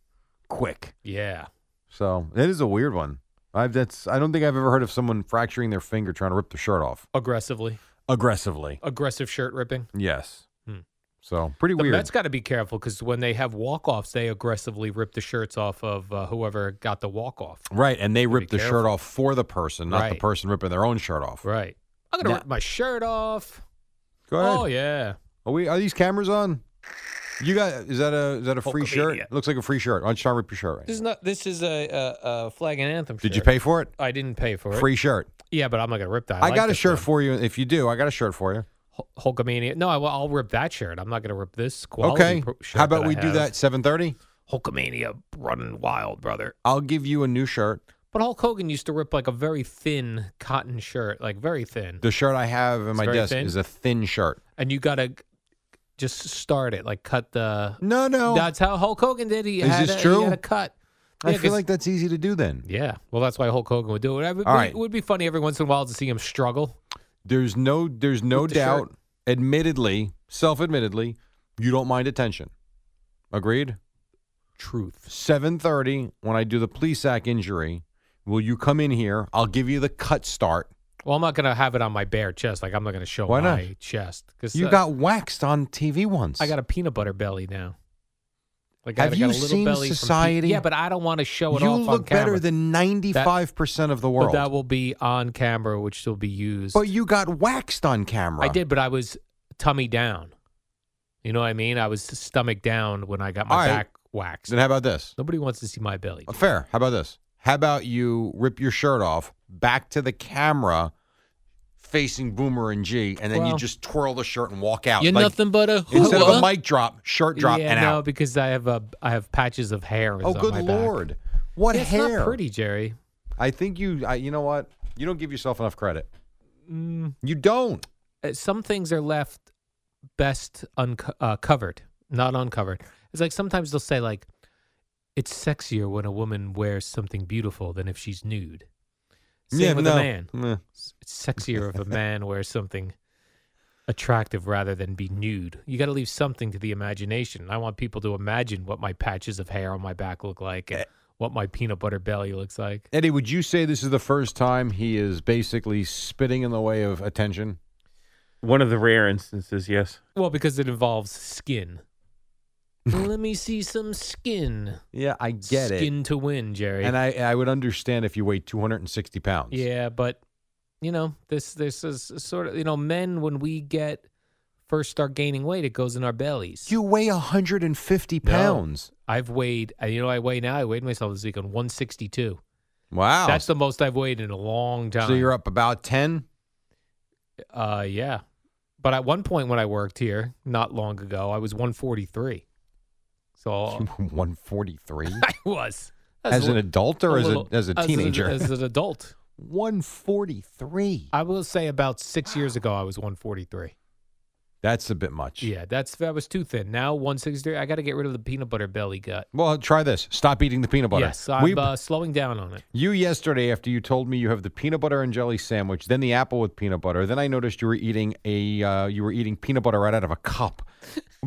C: quick.
B: Yeah.
C: So it is a weird one. I've that's I don't think I've ever heard of someone fracturing their finger trying to rip the shirt off
B: Aggressively.
C: aggressively.
B: Aggressive shirt ripping.
C: Yes.
B: Hmm.
C: So pretty
B: The
C: weird.
B: Mets got to be careful because when they have walk offs, they aggressively rip the shirts off of uh, whoever got the walk off.
C: right, and they
B: be
C: rip the shirt
B: careful.
C: off for the person, not the
B: Right.
C: person ripping their own shirt off.
B: Right. I'm gonna
C: Yeah.
B: rip my shirt off.
C: Go ahead.
B: Oh yeah.
C: Are we? Are these cameras on? You got? Is that a is that a free shirt? Looks like a free shirt. Why don't you try and rip your shirt? Right
B: This
C: now?
B: is not. This is a, a, a flag and anthem.
C: Did you
B: shirt.
C: pay for it?
B: I didn't pay for it.
C: Free shirt.
B: Yeah, but I'm not gonna rip that.
C: I,
B: like
C: got a
B: this
C: shirt
B: one.
C: for you. If you do, I got a shirt for you.
B: Hul- Hulkamania. No, I, will rip that shirt. I'm not going to rip this quality
C: okay.
B: pro- shirt.
C: How about
B: that I
C: we do
B: have.
C: that seven thirty?
B: Hulkamania running wild, brother.
C: I'll give you a new shirt.
B: But Hulk Hogan used to rip like a very thin cotton shirt, like very thin.
C: The shirt I have in my
B: very
C: desk
B: thin?
C: is a thin shirt.
B: And you got to just start it, like cut the.
C: No, no.
B: That's how Hulk Hogan did. He
C: Is
B: had
C: this
B: a,
C: true?
B: He had a cut.
C: I
B: Yeah,
C: feel
B: 'cause-
C: like that's easy to do then.
B: Yeah, well, that's why Hulk Hogan would do it. It would,
C: All
B: be-
C: right.
B: it would be funny every once in a while to see him struggle.
C: There's no there's no
B: With the shirt.
C: doubt, admittedly, self-admittedly, you don't mind attention. Agreed?
B: Truth.
C: 7:30 when I do the Plesac injury, will you come in here? I'll give you the cut start.
B: Well, I'm not going to have it on my bare chest. Like I'm not going to show
C: Why not?
B: my chest uh, because
C: You got waxed on TV once.
B: I got a peanut butter belly now. Like
C: Have
B: I got
C: you
B: a little
C: seen
B: belly from pe-
C: Society?
B: yeah, but I don't want to show it
C: You
B: off on
C: look
B: camera.
C: better than 95% of the
B: but
C: world.
B: that will be on camera, which will be used.
C: But you got waxed on camera.
B: I did, but I was tummy down. You know what I mean? I was stomach down when I got my
C: All right.
B: back waxed.
C: Then how about this? Uh,
B: Nobody wants to see my belly.
C: Fair. How about this? How about you rip your shirt off back to the camera facing Boomer and G, and then you
B: Well-
C: just twirl the shirt and walk out.
B: You're
C: Like,
B: nothing but a
C: Instead of a
B: hooah.
C: mic drop, shirt drop,
B: yeah,
C: and
B: no,
C: out.
B: because I have a I have patches of hair.
C: Oh,
B: on
C: good
B: my back.
C: lord! What
B: Yeah, it's
C: hair?
B: not pretty, Jerry.
C: I think you. I, you know what? You don't give yourself enough credit.
B: Mm.
C: You don't.
B: uh, some things are left best uncovered, uh, covered, not uncovered. It's like sometimes they'll say like, it's sexier when a woman wears something beautiful than if she's nude. Same
C: yeah,
B: with
C: no.
B: a man.
C: Meh.
B: It's it's sexier if a man wears something attractive rather than be nude. You got to leave something to the imagination. I want people to imagine what my patches of hair on my back look like
C: Eh.
B: and what my peanut butter belly looks like.
C: Eddie, would you say this is the first time he is basically spitting in the way of attention?
E: One of the rare instances, yes.
B: Well, because it involves skin. Let me see some skin.
C: Yeah, I
B: skin to win, Jerry.
C: And I, I would understand if you weigh 260 pounds.
B: yeah, but you know, this this is sort of you know, men when we get first start gaining weight, it goes in our bellies.
C: You weigh 150
B: No.
C: pounds.
B: I've weighed, uh, you know, I weigh now. I weighed myself this week on 162.
C: Wow.
B: That's the most I've weighed in a long time.
C: so you're up about 10?
B: uh, yeah. But at one point when I worked here, not long ago, I was 143. So
C: 143?
B: I was That's
C: as
B: Oh. a
C: an
B: li-
C: adult or
B: a
C: as,
B: little-
C: a, as a teenager?
B: as an adult.
C: 143.
B: I will say about six years ago, I was 143.
C: That's a bit much.
B: Yeah, that's that was too thin. Now 163. I got to get rid of the peanut butter belly gut.
C: Well, try this. Stop eating the peanut butter.
B: Yes, I'm
C: We-
B: uh, slowing down on it.
C: You yesterday, after you told me you have the peanut butter and jelly sandwich, then the apple with peanut butter, then I noticed you were eating a uh, you were eating peanut butter right out of a cup.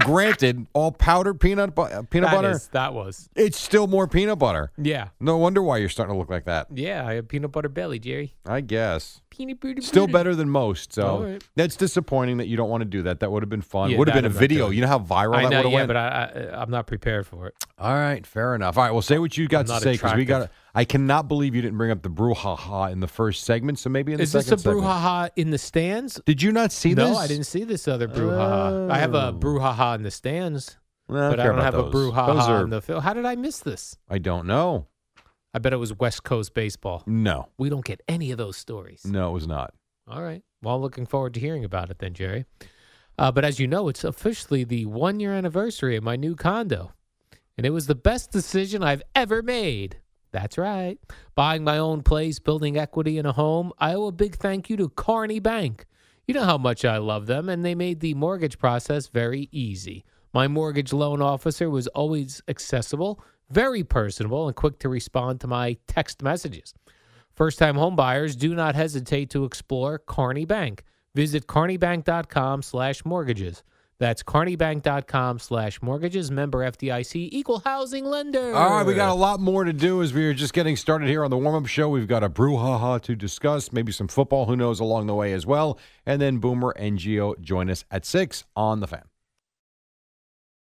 C: Granted, all powdered peanut bu- uh, peanut
B: That
C: butter,
B: is- that was.
C: it's still more peanut butter.
B: Yeah,
C: No wonder why you're starting to look like that.
B: yeah. I have peanut butter belly, Jerry.
C: I guess
B: Peanut butter.
C: still
B: belly.
C: better than most. So
B: All right.
C: that's disappointing that you don't want to do that. That would have been fun.
B: Yeah,
C: would have
B: that
C: been a
B: I'm not
C: video.
B: doing.
C: You know how viral
B: I
C: that
B: know,
C: would have
B: yeah,
C: went.
B: but I, I, I'm not prepared for it.
C: All right, fair enough. All right, well, say what you got
B: I'm
C: to
B: not
C: say because we got.
B: attractive.
C: I cannot believe you didn't bring up the brouhaha in the first segment. So maybe in the
B: Is this
C: second
B: a
C: segment.
B: brouhaha in the stands?
C: Did you not see
B: No,
C: this?
B: I didn't see this other brouhaha. I have a
C: Oh.
B: brouhaha in the stands,
C: No, I don't
B: but I
C: care
B: don't have
C: about
B: a
C: those.
B: brouhaha
C: Those are-
B: in the field. How did I miss this?
C: I don't know.
B: I bet it was West Coast baseball.
C: No,
B: We don't get any of those stories.
C: no, it was not.
B: All right. Well, I'm looking forward to hearing about it then, Jerry. Uh, but as you know, it's officially the one year anniversary of my new condo. And it was the best decision I've ever made. That's right. Buying my own place, building equity in a home. I owe a big thank you to Carney Bank. You know how much I love them, and they made the mortgage process very easy. My mortgage loan officer was always accessible, very personable, and quick to respond to my text messages. First time home buyers do not hesitate to explore Carney Bank. Visit carneybank.com slash mortgages. That's carneybank.com slash mortgages. Member FDIC, equal housing lender.
C: All right, we got a lot more to do as we are just getting started here on the warm up show. We've got a brouhaha to discuss, maybe some football, who knows, along the way as well. And then Boomer and Geo join us at six on the fan.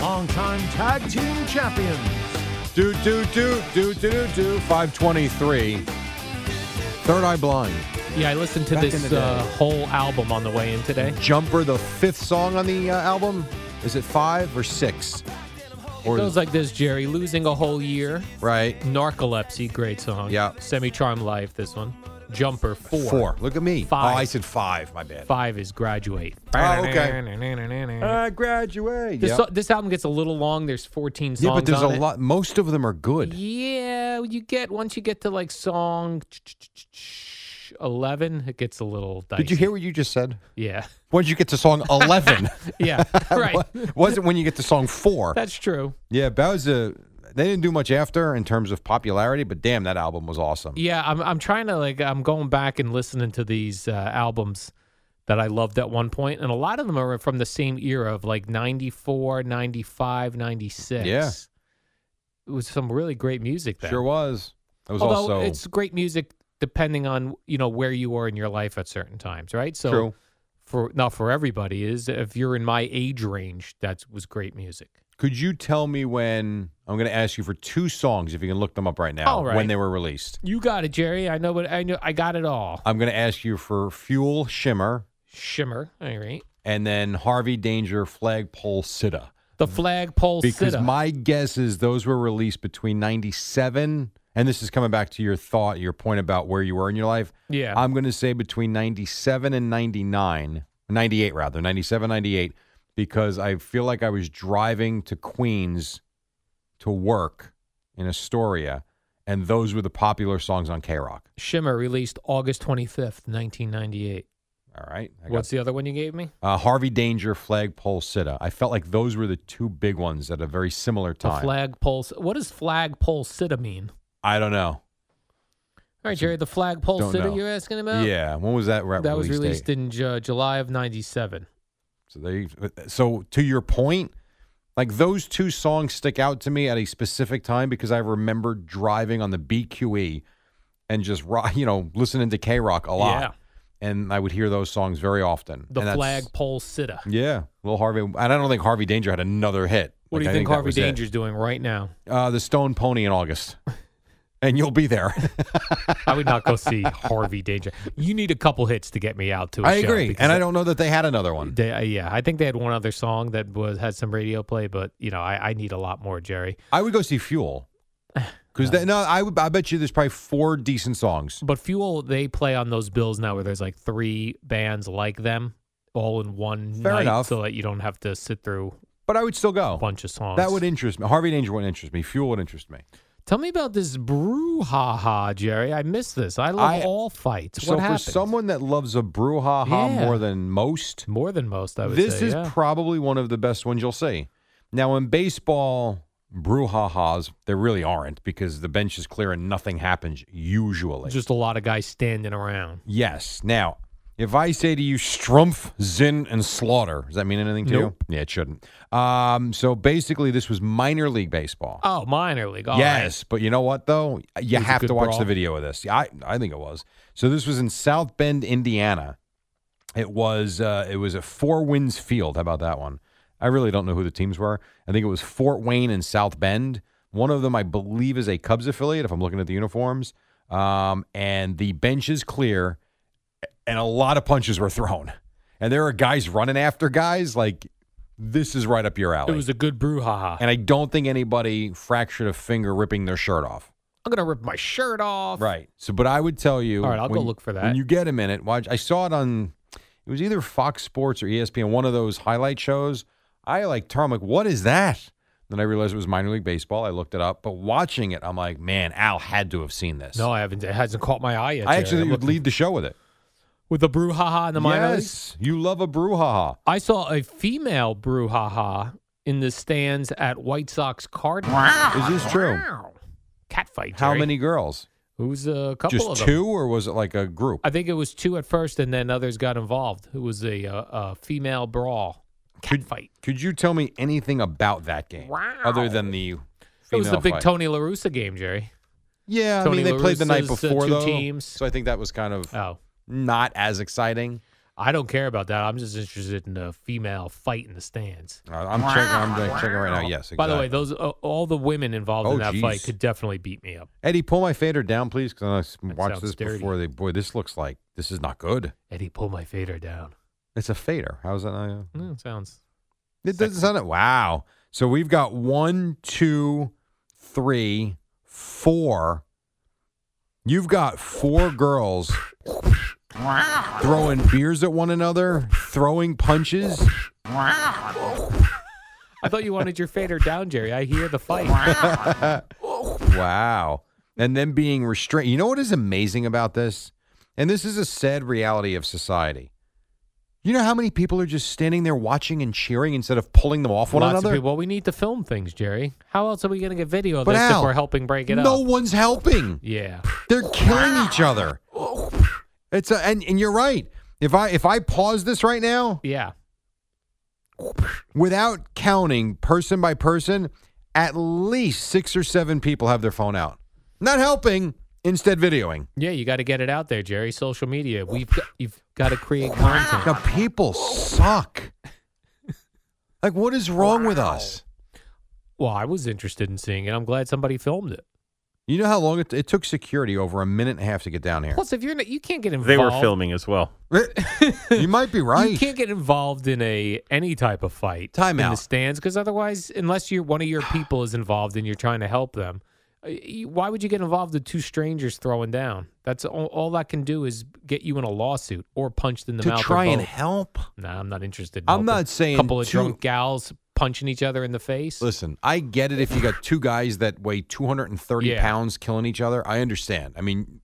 D: longtime tag team champions.
C: Do, do, do, do, do, do, do. 523. Third Eye Blind.
B: Yeah, I listened to
C: Back in
B: this
C: the day.
B: uh, whole album on the way in today.
C: Jumper, the fifth song on the uh, album. Is it five or six? Or
B: It goes like this, Jerry. Losing a whole year.
C: right?
B: Narcolepsy, great song.
C: Yeah.
B: Semi Charm Life, this one. Jumper, four.
C: Four. Look at me.
B: Five.
C: Oh, I said five. My bad.
B: Five is Graduate.
C: Oh, okay.
B: okay.
C: I graduate.
B: This,
C: Yep.
B: so- this album gets a little long. There's 14 songs.
C: Yeah, but there's a
B: on it.
C: lot. Most of them are good.
B: Yeah, you get once you get to like song eleven, it gets a little dicey.
C: Did you hear what you just said?
B: Yeah,
C: When did you get to song 11?
B: yeah, right.
C: Wasn't when you get to song four.
B: That's true.
C: Yeah, that was a. They didn't do much after in terms of popularity, but damn, that album was awesome.
B: Yeah, I'm I'm trying to like I'm going back and listening to these uh, albums that I loved at one point, and a lot of them are from the same era of like 94, 95, 96.
C: Yeah.
B: it was some really great music there.
C: Sure was. It was
B: Although
C: also
B: it's great music depending on you know where you are in your life at certain times, right? So
C: true.
B: for not for everybody is if you're in my age range that was great music
C: Could you tell me when? I'm going to ask you for two songs if you can look them up right now
B: All right.
C: when they were released.
B: you got it jerry i know what i know i got it all
C: I'm going to ask you for Fuel Shimmer
B: shimmer all right
C: and then Harvey Danger Flagpole Sitta.
B: the flagpole
C: Mm. Because
B: sit-up.
C: my guess is those were released between 97 and this is coming back to your thought, your point about where you were in your life.
B: yeah
C: I'm going to say between 97 and 99, 98 rather, 97, 98 because I feel like I was driving to Queens to work in Astoria and those were the popular songs on K-Rock.
B: shimmer released august 25th 1998
C: All right. I got
B: what's the other one you gave me
C: Uh, Harvey Danger, Flagpole Sitta. I felt like those were the two big ones at a very similar
B: the
C: time.
B: flagpole s- what does flagpole sit-up mean
C: I don't know.
B: all right jerry the flagpole
C: Don't
B: sit-up
C: know.
B: you're asking about
C: yeah, when was that? Re-
B: Uh, that was
C: release
B: released
C: date?
B: in Ju- july of 97
C: So they. So to your point, like those two songs stick out to me at a specific time because I remember driving on the BQE and just ro- you know listening to K Rock a lot,
B: yeah
C: and I would hear those songs very often.
B: the
C: And that's-
B: flagpole sit-up
C: Yeah, little Harvey. And I don't think Harvey Danger had another hit.
B: what do you
C: Like, I
B: think
C: that
B: harvey
C: was it.
B: danger's doing right now
C: Uh, the Stone Pony in August. and you'll be there.
B: I would not go see Harvey Danger. You need a couple hits to get me out to. a
C: I
B: show
C: agree,
B: because
C: and I don't know that they had another one.
B: They, uh, yeah, I think they had one other song that was had some radio play, but you know, I, I need a lot more, Jerry.
C: I would go see Fuel because no, I would. I bet you there's probably four decent songs.
B: But Fuel, they play on those bills now where there's like three bands like them all in one
C: Fair
B: night,
C: enough.
B: so that you don't have to sit through
C: But I would still
B: a
C: go.
B: bunch of songs.
C: That would interest me. Harvey Danger would interest me. Fuel would interest me.
B: tell me about this brouhaha, Jerry. I missed this. I love
C: I-
B: all fights.
C: so
B: what happened?
C: for someone that loves a brouhaha
B: Yeah.
C: more than most,
B: more than most, I would
C: this
B: say.
C: is
B: yeah.
C: probably one of the best ones you'll see. Now in baseball, brouhahas there really aren't because the bench is clear and nothing happens usually.
B: just a lot of guys standing around.
C: Yes. Now, if I say to you Strumpf, Zinn, and Slaughter, does that mean anything to
B: Nope.
C: you? Yeah, it shouldn't. Um, so basically, this was minor league baseball.
B: Oh, minor league. all right.
C: yes, but you know what though? You
B: was a
C: have
B: good
C: to watch
B: brawl.
C: the video of this. Yeah, I I think it was. So this was in South Bend, Indiana. It was uh, it was at Four Winds Field. How about that one? I really don't know who the teams were. I think it was Fort Wayne and South Bend. One of them, I believe, is a Cubs affiliate. If I'm looking at the uniforms, um, and the bench is clear, and a lot of punches were thrown, and there are guys running after guys. Like this is right up your alley.
B: It was a good brouhaha.
C: and I don't think anybody fractured a finger ripping their shirt off.
B: I'm gonna rip my shirt off.
C: Right. So, but I would tell you.
B: All right, I'll go
C: when-
B: look for that.
C: When you get a minute, watch. I saw it on. It was either Fox Sports or E ESPN, one of those highlight shows. I like. Tom, like, what is that? Then I realized it was minor league baseball. I looked it up, but watching it, I'm like, man, Al had to have seen this.
B: No, I haven't. It hasn't caught my eye yet.
C: I
B: Jerry.
C: actually
B: I'm
C: would
B: looking-
C: lead the show with it.
B: with the brouhaha in the minor leagues.
C: yes, you love a brouhaha.
B: I saw a female brouhaha in the stands at White Sox Cardinals.
C: Is this true?
B: Catfight.
C: How
B: Jerry.
C: many girls?
B: It was a couple
C: Just
B: of them.
C: two, or was it like a group?
B: I think it was two at first, and then others got involved. It was a, uh a female brawl, catfight.
C: Could you tell me anything about that game other than the?
B: It was the
C: female
B: big
C: fight?
B: Tony La Russa game, Jerry.
C: Yeah, I
B: Tony
C: mean they
B: La
C: played the night
B: Russa's, uh,
C: before
B: two
C: though,
B: teams.
C: so I think that was kind of
B: Oh,
C: not as exciting.
B: I don't care about that. I'm just interested in a female fight in the stands.
C: Uh, I'm checking. I'm like, checking right now. Yes. Exactly.
B: By the way, those uh, all the women involved
C: Oh,
B: in that fight
C: jeez.
B: could definitely beat me up.
C: Eddie, pull my fader down, please, because I
B: That
C: watched
B: sounds
C: this
B: dirty.
C: before. They boy, this looks like this is not good.
B: Eddie, pull my fader down.
C: It's a fader. How's that? Not, it
B: Mm, sounds
C: doesn't sound it. Wow. So we've got one, two, three, four. You've got four girls throwing beers at one another, throwing punches.
B: I thought you wanted your fader down, Jerry. I hear the fight.
C: Wow. And then being restrained. You know what is amazing about this? And this is a sad reality of society. You know how many people are just standing there watching and cheering instead of pulling them off one
B: Lots
C: another?
B: of people. Well, we need to film things, Jerry. How else are we going to get video of
C: But
B: this
C: Al,
B: if we're helping break it
C: no
B: up?
C: one's helping.
B: Yeah.
C: They're killing each other. It's a, and, and you're right. If I if I pause this right now
B: Yeah.
C: without counting person by person, at least six or seven people have their phone out. Not helping, instead videoing.
B: Yeah, you got to get it out there, Jerry. Social media. We've got, you've got to create content.
C: The people suck. Like, what is wrong with us?
B: Well, I was interested in seeing it. I'm glad somebody filmed it.
C: You know how long it, it took security over a minute and a half to get down here.
B: Plus, if you're not, you can't get involved.
E: They were filming as well.
C: you might be
B: You
C: right.
B: can't get involved in a any type of fight
C: Time
B: in the
C: out.
B: stands because otherwise, unless you're one of your people is involved and you're trying to help them, uh, you- why would you get involved with two strangers throwing down? That's all, all that can do is get you in a lawsuit or punched in the
C: to
B: mouth. or
C: try and
B: both.
C: help.
B: Nah, I'm not interested. in
C: I'm
B: helping
C: not saying
B: a couple of
C: two-
B: drunk gals punching each other in the face.
C: Listen, I get it if you got two guys that weigh 230
B: Yeah.
C: pounds killing each other. I understand. I mean,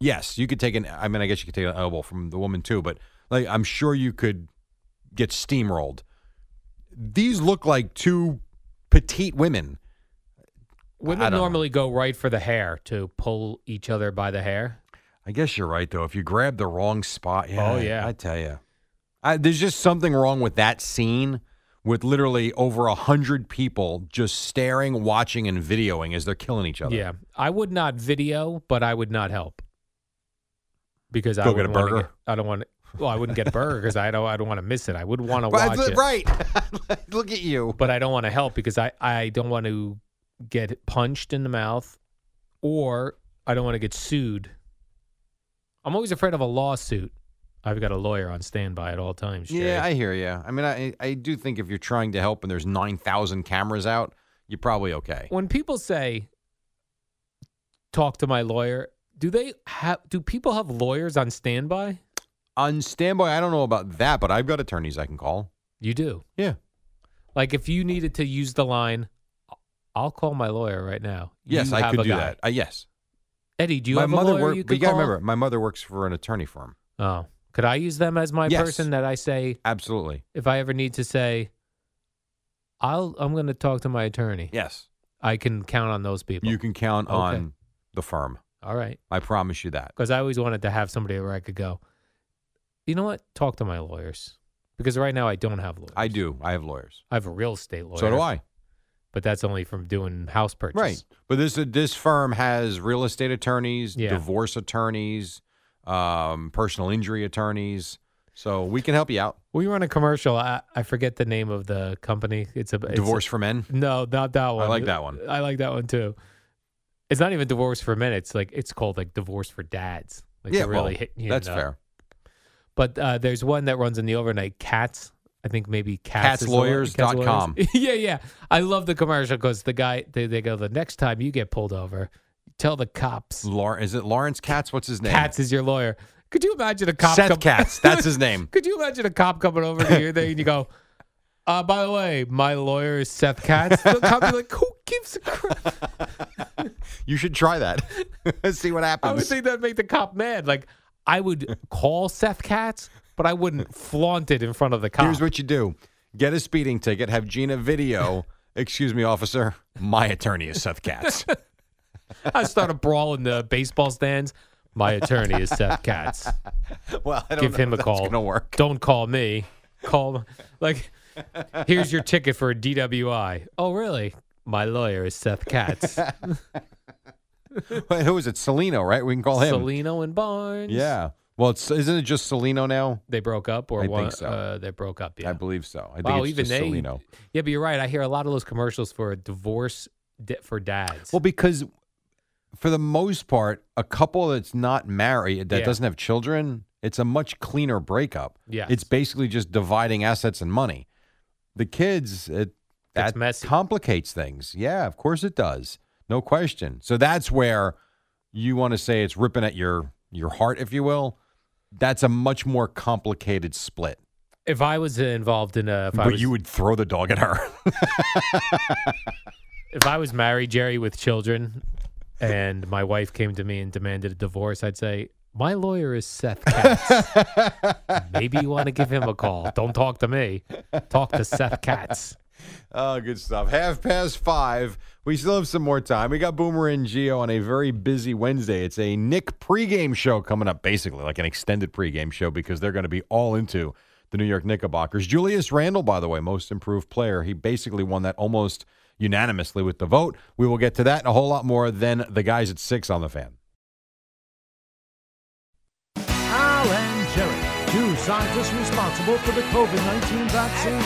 C: yes, you could take an, I mean, I guess you could take an elbow from the woman too, but like, I'm sure you could get steamrolled. These look like two petite women. I
B: Women
C: don't know.
B: normally go right for the hair to pull each other by the hair.
C: I guess you're right though. If you grab the wrong spot, yeah,
B: Oh, yeah.
C: I tell you, I, there's just something wrong with that scene with literally over a hundred people just staring, watching, and videoing as they're killing each other.
B: Yeah, I would not video, but I would not help because I
C: Go get
B: wouldn't
C: a
B: wanna
C: burger?
B: get- I don't want. Well, I wouldn't get a burger because I don't. I don't want to miss it. I would want to
C: Right,
B: watch
C: li-
B: it,
C: right. Look at you.
B: but I don't want to help because I I don't want to get punched in the mouth or I don't want to get sued. I'm always afraid of a lawsuit. I've got a lawyer on standby at all times. Jerry.
C: Yeah, I hear you. I mean, I, I do think if you're trying to help and there's 9,000 cameras out, you're probably okay.
B: when people say talk to my lawyer do they have do people have lawyers on standby
C: On standby, I don't know about that, but I've got attorneys I can call.
B: you do
C: Yeah.
B: like if you needed to use the line i'll call my lawyer right now You
C: Yes, I
B: have
C: could
B: a
C: do
B: guy.
C: that. Uh, yes.
B: eddie do you
C: my
B: have
C: mother
B: a lawyer
C: work-
B: you
C: but
B: could
C: you gotta
B: call?
C: remember, my mother works for an attorney firm.
B: oh could i use them as my
C: Yes.
B: person that i say
C: Absolutely.
B: if i ever need to say i'll i'm going to talk to my attorney
C: Yes.
B: i can count on those people
C: You can count
B: Okay.
C: on the firm.
B: all right
C: I promise you that.
B: because I always wanted to have somebody where I could go, you know what? Talk to my lawyers because right now I don't have lawyers.
C: I do. I have lawyers.
B: I have a real estate lawyer.
C: So do I.
B: But that's only from doing house purchase.
C: Right. But this this firm has real estate attorneys,
B: Yeah.
C: divorce attorneys, um, personal injury attorneys. So we can help you out.
B: We run a commercial. I, I forget the name of the company. It's a it's a-
C: Divorce for men.
B: no, not that one.
C: like that one.
B: I like that one too. It's not even divorce for men. It's like it's called like divorce for dads. Like
C: yeah,
B: they're really
C: well,
B: hitting you in
C: that's
B: the-
C: fair.
B: But uh, there's one that runs in the overnight. Cats. I think maybe cats. is the one- Cats
C: Catslawyers.com.
B: Lawyers. yeah, yeah. I love the commercial because the guy they, they go the next time you get pulled over, tell the cops.
C: Lau- is it Lawrence Katz? What's his name?
B: Cats is your lawyer. Could you imagine a cop?
C: Seth
B: come-
C: Katz. That's his name.
B: Could you imagine a cop coming over to your thing and you go, uh, by the way, my lawyer is Seth Katz. The cop be like, who gives a crap?
C: You should try that. See what
B: I would
C: happens.
B: think that'd make the cop mad. Like, I would call Seth Katz, but I wouldn't flaunt it in front of the cop.
C: Here's what you do: get a speeding ticket, have Gina video. Excuse me, officer. My attorney is Seth Katz.
B: I start a brawl in the baseball stands. My attorney is Seth Katz.
C: well, I don't
B: Give
C: know
B: him
C: if
B: a
C: that's
B: call.
C: Gonna work.
B: Don't call me. Call like here's your ticket for a DWI. Oh really? My lawyer is Seth Katz.
C: Wait, who is it? Salino, right? We can call him.
B: Salino and Barnes.
C: Yeah. Well, it's, isn't it just Salino now?
B: They broke up or
C: I
B: one,
C: think so.
B: uh, they broke up, yeah.
C: I believe so. I think
B: wow,
C: it's
B: even
C: just
B: they
C: Salino.
B: Yeah, but you're right. I hear a lot of those commercials for divorce di- for dads.
C: Well, because for the most part, a couple that's not married that
B: Yeah.
C: doesn't have children, it's a much cleaner breakup.
B: Yes.
C: It's basically just dividing assets and money. The kids, it
B: Gets
C: that
B: messy.
C: complicates things. Yeah, of course it does. No question. So that's where you want to say it's ripping at your your heart, if you will. That's a much more complicated split.
B: if I was uh, involved in a if I
C: but
B: was,
C: you would throw the dog at her.
B: if I was married, Jerry, with children, and my wife came to me and demanded a divorce, I'd say, My lawyer is Seth Katz. Maybe you want to give him a call. Don't talk to me. Talk to Seth Katz.
C: Oh, good stuff. Half past five. We still have some more time. We got Boomer and Geo on a very busy Wednesday. It's a Nick pregame show coming up, basically, like an extended pregame show because they're going to be all into the New York Knickerbockers. Julius Randle, by the way, most improved player. He basically won that almost unanimously with the vote. We will get to that and a whole lot more than the guys at six on the fan.
D: Al and Jerry, two scientists responsible for the COVID 19 vaccine.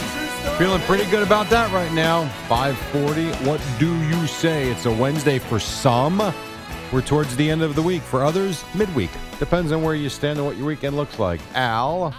C: Feeling pretty good about that right now. 540. What do you say? It's a Wednesday for some. We're towards the end of the week. For others, midweek. Depends on where you stand and what your weekend looks like. Al.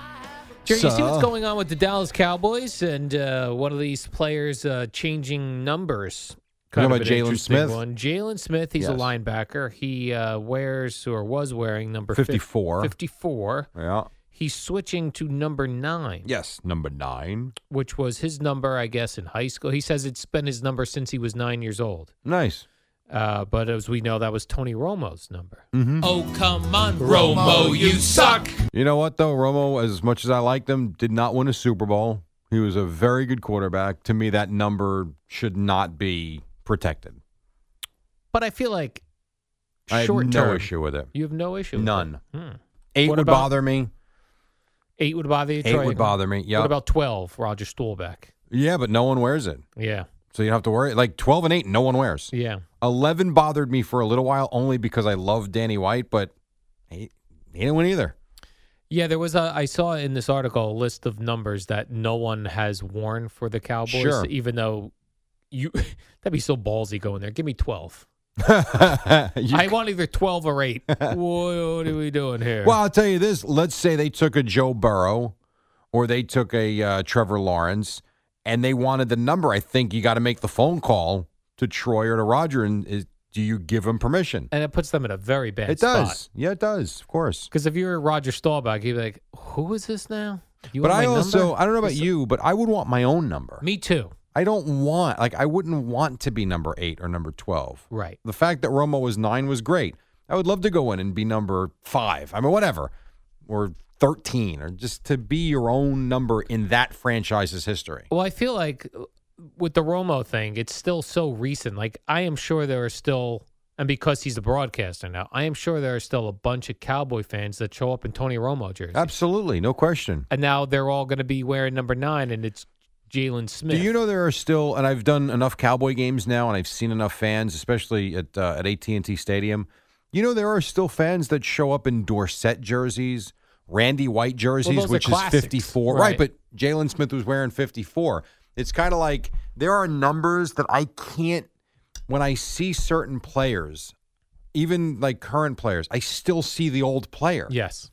B: Jerry, you see what's
C: So-
B: going on with the Dallas Cowboys and uh, one of these players uh, changing numbers.
C: You
B: Kind
C: know
B: of
C: about
B: an
C: Jalen
B: interesting
C: Smith?
B: One. Jalen Smith, he's a
C: Yes.
B: linebacker. He uh, wears or was wearing number
C: 54.
B: 54.
C: Yeah.
B: He's switching to number nine.
C: Yes. Number nine.
B: which was his number, I guess, in high school. He says it's been his number since he was nine years old.
C: Nice.
B: Uh, but as we know, that was Tony Romo's number.
C: You know what, though? Romo, as much as I liked him, did not win a Super Bowl. He was a very good quarterback. To me, that number should not be protected.
B: But I feel like
C: I have
B: short
C: no
B: term,
C: issue with it.
B: You have no issue. with
C: None.
B: it. Hmm.
C: Eight
B: What
C: would
B: about-
C: bother me.
B: Eight would bother you.
C: Eight
B: Troy?
C: would bother me. Yeah.
B: What about twelve? Roger Stuhlbeck.
C: yeah, but no one wears it.
B: Yeah,
C: So you don't have to worry. Like 12 and 8, no one wears.
B: yeah.
C: 11 bothered me for a little while only because I love Danny White, but he, he didn't win either.
B: Yeah, there was a. I saw in this article a list of numbers that no one has worn for the Cowboys,
C: Sure.
B: even though you that'd be so ballsy going there. Give me twelve.
C: You-
B: I want either 12 or 8. what, what are we doing here?
C: well, I'll tell you this. Let's say they took a Joe Burrow or they took a uh, Trevor Lawrence and they wanted the number. I think you got to make the phone call to Troy or to Roger. And is, do you give them permission?
B: and it puts them in a very bad
C: it
B: spot.
C: does. Yeah, it does. Of course.
B: Because if you're Roger Staubach, you'd be like, who is this now? You
C: but
B: want
C: I
B: my
C: also,
B: number?"
C: I don't know about
B: This-
C: you, but I would want my own number.
B: Me too.
C: I don't want, like, I wouldn't want to be number eight or number 12.
B: Right.
C: The fact that Romo was nine was great. I would love to go in and be number five. I mean, whatever, or 13, or just to be your own number in that franchise's history.
B: Well, I feel like uh, with the Romo thing, it's still so recent. Like, I am sure there are still, and because he's a broadcaster now, I am sure there are still a bunch of Cowboy fans that show up in Tony Romo jerseys.
C: Absolutely. No question.
B: And now they're all going to be wearing number nine, and it's Jalen Smith.
C: Do you know there are still, and I've done enough Cowboy games now, and I've seen enough fans, especially at uh, at AT and T Stadium. You know there are still fans that show up in Dorset jerseys, Randy White jerseys,
B: those are
C: which is
B: classics,
C: fifty four,
B: right.
C: right. But Jalen Smith was wearing fifty four. It's kind of like there are numbers that I can't. When I see certain players, even like current players, I still see the old player.
B: Yes.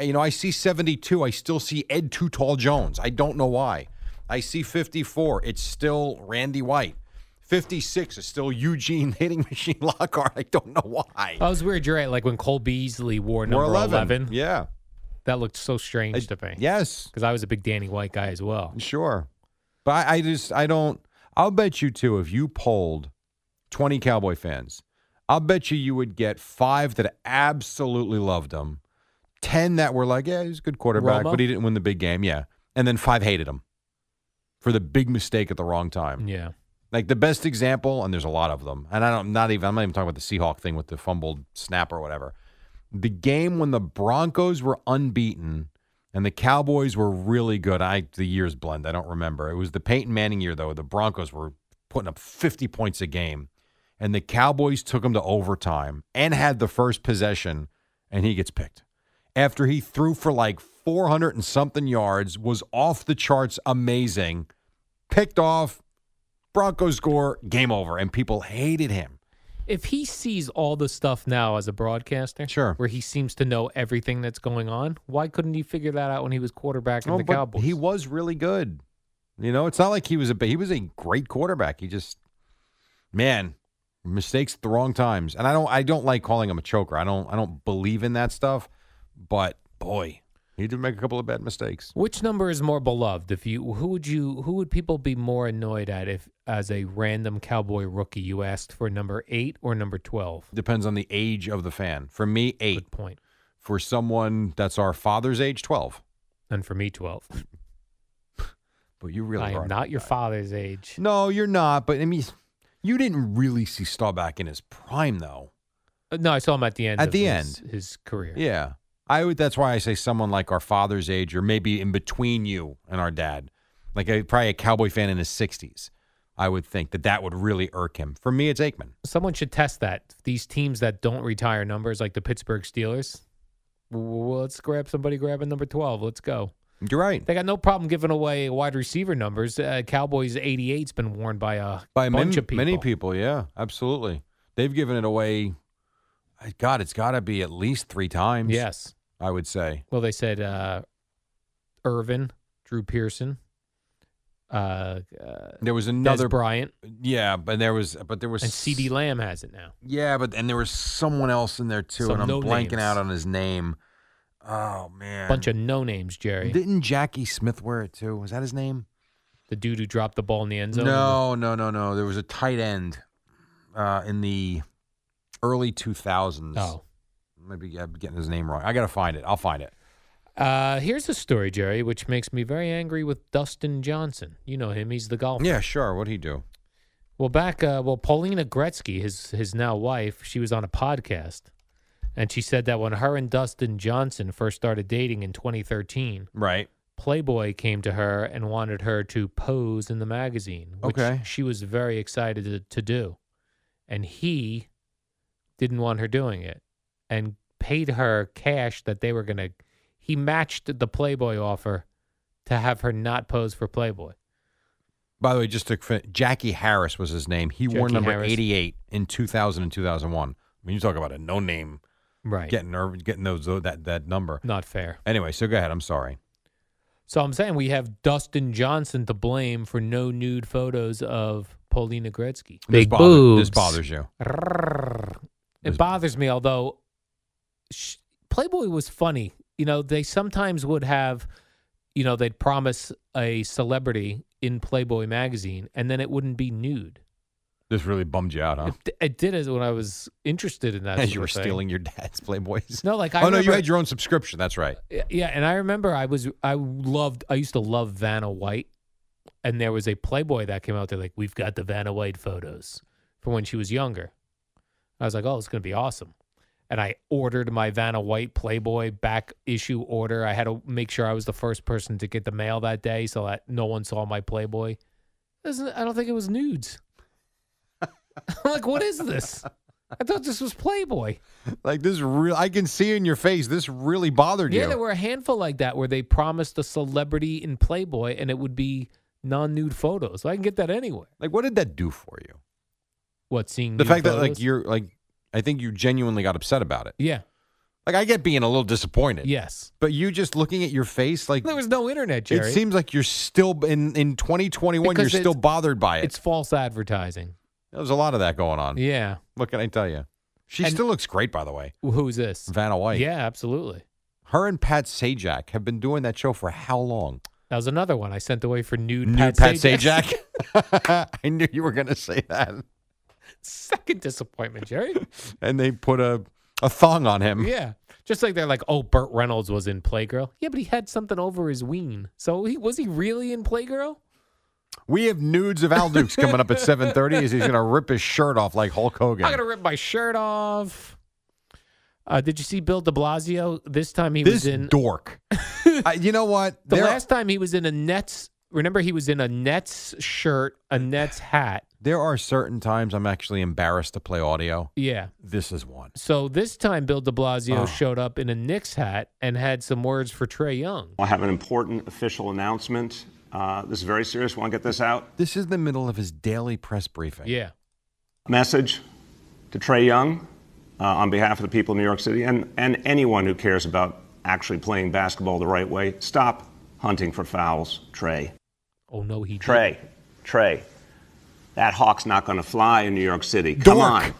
C: You know, I see 72. I still see Ed Too Tall Jones. I don't know why. I see 54. It's still Randy White. 56 is still Eugene Hitting Machine Lockhart. I don't know why.
B: That was weird. You're right. Like when Cole Beasley wore Uh, number
C: We're
B: 11,
C: Yeah.
B: that looked so strange to me.
C: Yes,
B: Because I was a big Danny White guy as well.
C: sure. But I, I just, I don't, I'll bet you too, if you polled 20 Cowboy fans, I'll bet you you would get five that absolutely loved him, 10 that were like, yeah, he's a good quarterback,
B: Romo?
C: but he didn't win the big game. Yeah. And then five hated him for the big mistake at the wrong time.
B: Yeah.
C: Like the best example, and there's a lot of them, and I don't, not even, I'm not even talking about the Seahawk thing with the fumbled snap or whatever. The game when the Broncos were unbeaten and the Cowboys were really good. I, the years blend, I don't remember. It was the Peyton Manning year, though. The Broncos were putting up 50 points a game and the Cowboys took him to overtime and had the first possession, and he gets picked. After he threw for like 400 and something yards, was off the charts amazing, picked off, Broncos score, game over, and people hated him.
B: If he sees all the stuff now as a broadcaster,
C: Sure.
B: where he seems to know everything that's going on, why couldn't he figure that out when he was quarterback in
C: Oh,
B: the
C: but
B: Cowboys?
C: He was really good. You know, it's not like he was a ba- he was a great quarterback. He just man, mistakes at the wrong times. And I don't I don't like calling him a choker. I don't I don't believe in that stuff, but boy, he did make a couple of bad mistakes.
B: Which number is more beloved? If you who would you who would people be more annoyed at if as a random Cowboy rookie you asked for number eight or number twelve?
C: Depends on the age of the fan. For me, 8.
B: Good point.
C: For someone that's our father's age, 12.
B: And for me, twelve.
C: But you really
B: I
C: are
B: am not your father's age.
C: No, you're not, but I mean you didn't really see Staubach in his prime though.
B: Uh, No, I saw him at the end.
C: At
B: of
C: the
B: his, his career.
C: Yeah. I would that's why I say someone like our father's age or maybe in between you and our dad. Like a, probably a cowboy fan in his 60s. I would think that that would really irk him. For me it's Aikman.
B: Someone should test that. These teams that don't retire numbers, like the Pittsburgh Steelers. Well, let's grab somebody grabbing number twelve. Let's go.
C: You're right.
B: They got no problem giving away wide receiver numbers. Uh, Cowboys 88's been worn by uh, a
C: By
B: bunch
C: many,
B: of people.
C: many people, yeah, absolutely. They've given it away I- God, it's got to be at least 3 times.
B: Yes.
C: I would say.
B: Well, they said uh, Irvin, Drew Pearson, uh, uh,
C: There was
B: Des
C: another
B: Bryant,
C: Yeah, but there was but there was
B: and C.D. Lamb has it now.
C: Yeah, but and there was someone else in there too,
B: Some
C: and I'm
B: no
C: blanking
B: names.
C: out on his name. Oh man,
B: Bunch of no names, Jerry. The,
C: Didn't Jackie Smith wear it too? Was that his name?
B: dude who dropped the ball in the end zone.
C: No, no, no, no. There was a tight end uh, in the early 2000s.
B: Oh.
C: Maybe I'm getting his name wrong. I got to find it. I'll find it.
B: Uh, here's a story, Jerry, which makes me very angry with Dustin Johnson. You know him; he's the golfer.
C: Yeah, sure. What'd he do?
B: Well, back uh, well, Paulina Gretzky, his his now wife, she was on a podcast, and she said that when her and Dustin Johnson first started dating in 2013,
C: Right.
B: Playboy came to her and wanted her to pose in the magazine, which
C: Okay.
B: she was very excited to, to do. And he didn't want her doing it and paid her cash that they were going to. He matched the Playboy offer to have her not pose for Playboy.
C: By the way, just to fin- Jackie Harris was his name. He wore
B: Jackie
C: number
B: Harris.
C: 88 in 2000 and 2001. When you talk about a no name
B: Right.
C: getting nerve, getting those that that number.
B: Not fair.
C: Anyway, so go ahead. I'm sorry.
B: So I'm saying we have Dustin Johnson to blame for no nude photos of Paulina Gretzky.
C: this
F: Big
C: bother-
F: boobs.
C: This bothers you.
B: It bothers me, although sh- Playboy was funny. You know, they sometimes would have, you know, they'd promise a celebrity in Playboy magazine, and then it wouldn't be nude.
C: This really bummed you out, huh?
B: It, it did it when I was interested in that. sort
C: As Oh. you
B: of
C: were
B: thing.
C: stealing your dad's Playboys.
B: No, like I.
C: oh no, you
B: remember-
C: had your own subscription. That's right.
B: Yeah, and I remember I was I loved I used to love Vanna White, and there was a Playboy that came out there like we've got the Vanna White photos from when she was younger. I was like, oh, it's gonna be awesome, and I ordered my Vanna White Playboy back issue order. I had to make sure I was the first person to get the mail that day so that no one saw my Playboy. It wasn't- I don't think it was nudes. I'm like, what is this? I thought this was Playboy.
C: Like this real I can see in your face this really bothered
B: Yeah,
C: you.
B: there were a handful like that where they promised a celebrity in Playboy and it would be non nude photos. I can get that anywhere.
C: like what did that do for you?
B: What, seeing
C: The
B: nude
C: fact that like
B: photos?
C: you're like I think you genuinely got upset about it.
B: Yeah,
C: Like I get being a little disappointed.
B: yes.
C: But you just looking at your face like
B: There was no internet, Jerry.
C: it seems like you're still in in 2021
B: Because
C: you're still
B: it's-
C: bothered by it.
B: it's false advertising.
C: There was a lot of that going on.
B: Yeah.
C: What can I tell you? She
B: And-
C: still looks great by the way.
B: Who's this?
C: Vanna White.
B: Yeah, absolutely.
C: Her and Pat Sajak have been doing that show for how long?
B: That was another one I sent away for nude,
C: New
B: Pat,
C: Pat
B: Sajak.
C: Sajak. I knew you were going to say that.
B: Second disappointment, Jerry.
C: And they put a a thong on him.
B: yeah. Just like they're like, oh, Burt Reynolds was in Playgirl. Yeah, but he had something over his ween. So he was he really in Playgirl?
C: We have nudes of Al Dukes coming up at 7:30 as he's going to rip his shirt off like Hulk Hogan.
B: I'm gonna rip my shirt off. Uh, did you see Bill De Blasio? This time he
C: this
B: was in
C: dork. I- you know what?
B: the
C: there,
B: last time he was in a Nets. Remember, he was in a Nets shirt, a Nets hat.
C: there are certain times I'm actually embarrassed to play audio.
B: Yeah.
C: This is one.
B: So this time Bill De Blasio
C: Oh.
B: showed up in a Knicks hat and had some words for Trey Young.
G: I have an important official announcement. Uh, this is very serious. Want to get this out?
C: This is the middle of his daily press briefing.
B: Yeah.
G: Message to Trey Young uh, on behalf of the people of New York City and, and anyone who cares about actually playing basketball the right way. Stop hunting for fouls, Trey.
B: Oh no, he didn't.
G: Trey, Trey, that hawk's not going to fly in New York City. Come
C: Dork.
G: on.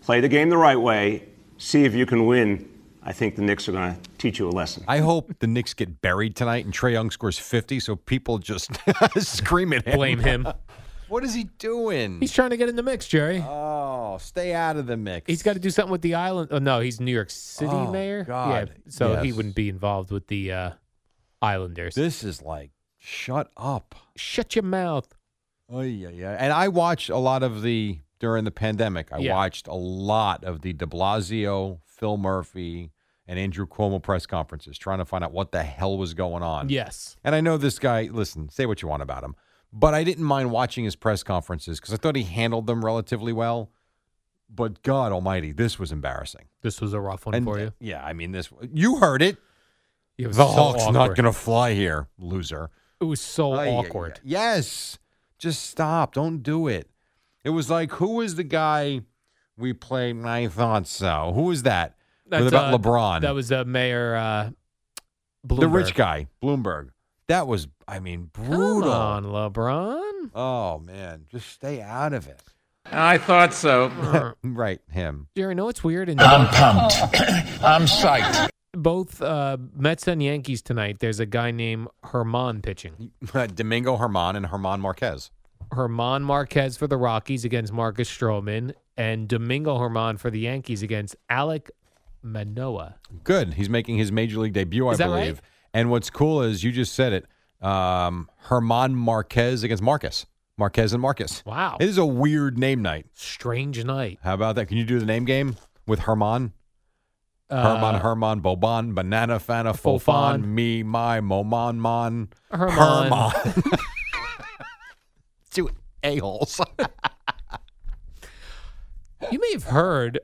G: Play the game the right way. See if you can win. I think the Knicks are going to teach you a lesson.
C: I hope the Knicks get buried tonight and Trey Young scores 50 so people just scream at him.
B: blame him.
C: What is he doing?
B: He's trying to get in the mix, Jerry.
C: Oh, stay out of the mix.
B: He's got to do something with the island. Oh no, he's New York City
C: Oh,
B: mayor.
C: God.
B: Yeah, so he
C: Yes.
B: wouldn't be involved with the uh, Islanders.
C: This is like shut up.
B: Shut your mouth.
C: Oh yeah, yeah. And I watched a lot of the during the pandemic. I
B: Yeah.
C: watched a lot of the De Blasio, Phil Murphy, and Andrew Cuomo press conferences, trying to find out what the hell was going on.
B: Yes.
C: And I know this guy. Listen, say what you want about him, but I didn't mind watching his press conferences because I thought he handled them relatively well. But God Almighty, this was embarrassing.
B: This was a rough one
C: and
B: for you.
C: yeah, I mean this. You heard it.
B: It was
C: The
B: so
C: Hawks not
B: awkward.
C: going to fly here, loser.
B: It was so
C: Ay, ay, ay.
B: awkward.
C: Yes. Just stop. Don't do it. It was like, who was the guy we played? I thought so. Who was that? With about
B: uh,
C: LeBron.
B: That was uh, Mayor uh, Bloomberg.
C: the rich guy, Bloomberg. That was, I mean,
B: Come
C: brutal.
B: on, LeBron.
C: Oh, man. Just stay out of it.
E: I thought so.
C: Right. Him.
B: Jerry, know what's weird? In
G: pumped. I'm psyched.
B: both uh, Mets and Yankees tonight, there's a guy named Herman pitching.
C: Domingo Herman and Herman Marquez.
B: Herman Marquez for the Rockies against Marcus Stroman, and Domingo Herman for the Yankees against Alec Manoa.
C: Good. He's making his major league debut, I
B: Is that right?
C: believe. And what's cool is you just said it. Um, Herman Marquez against Marcus. Marquez and Marcus.
B: Wow.
C: It is a weird name night.
B: Strange night.
C: How about that? Can you do the name game with Herman? Herman, Herman, Boban, Banana, Fana, Fofan,
B: Uh, Fofan.
C: me, my, Momon, Mon,
B: Herman.
C: Herman. Two a-holes.
B: You may have heard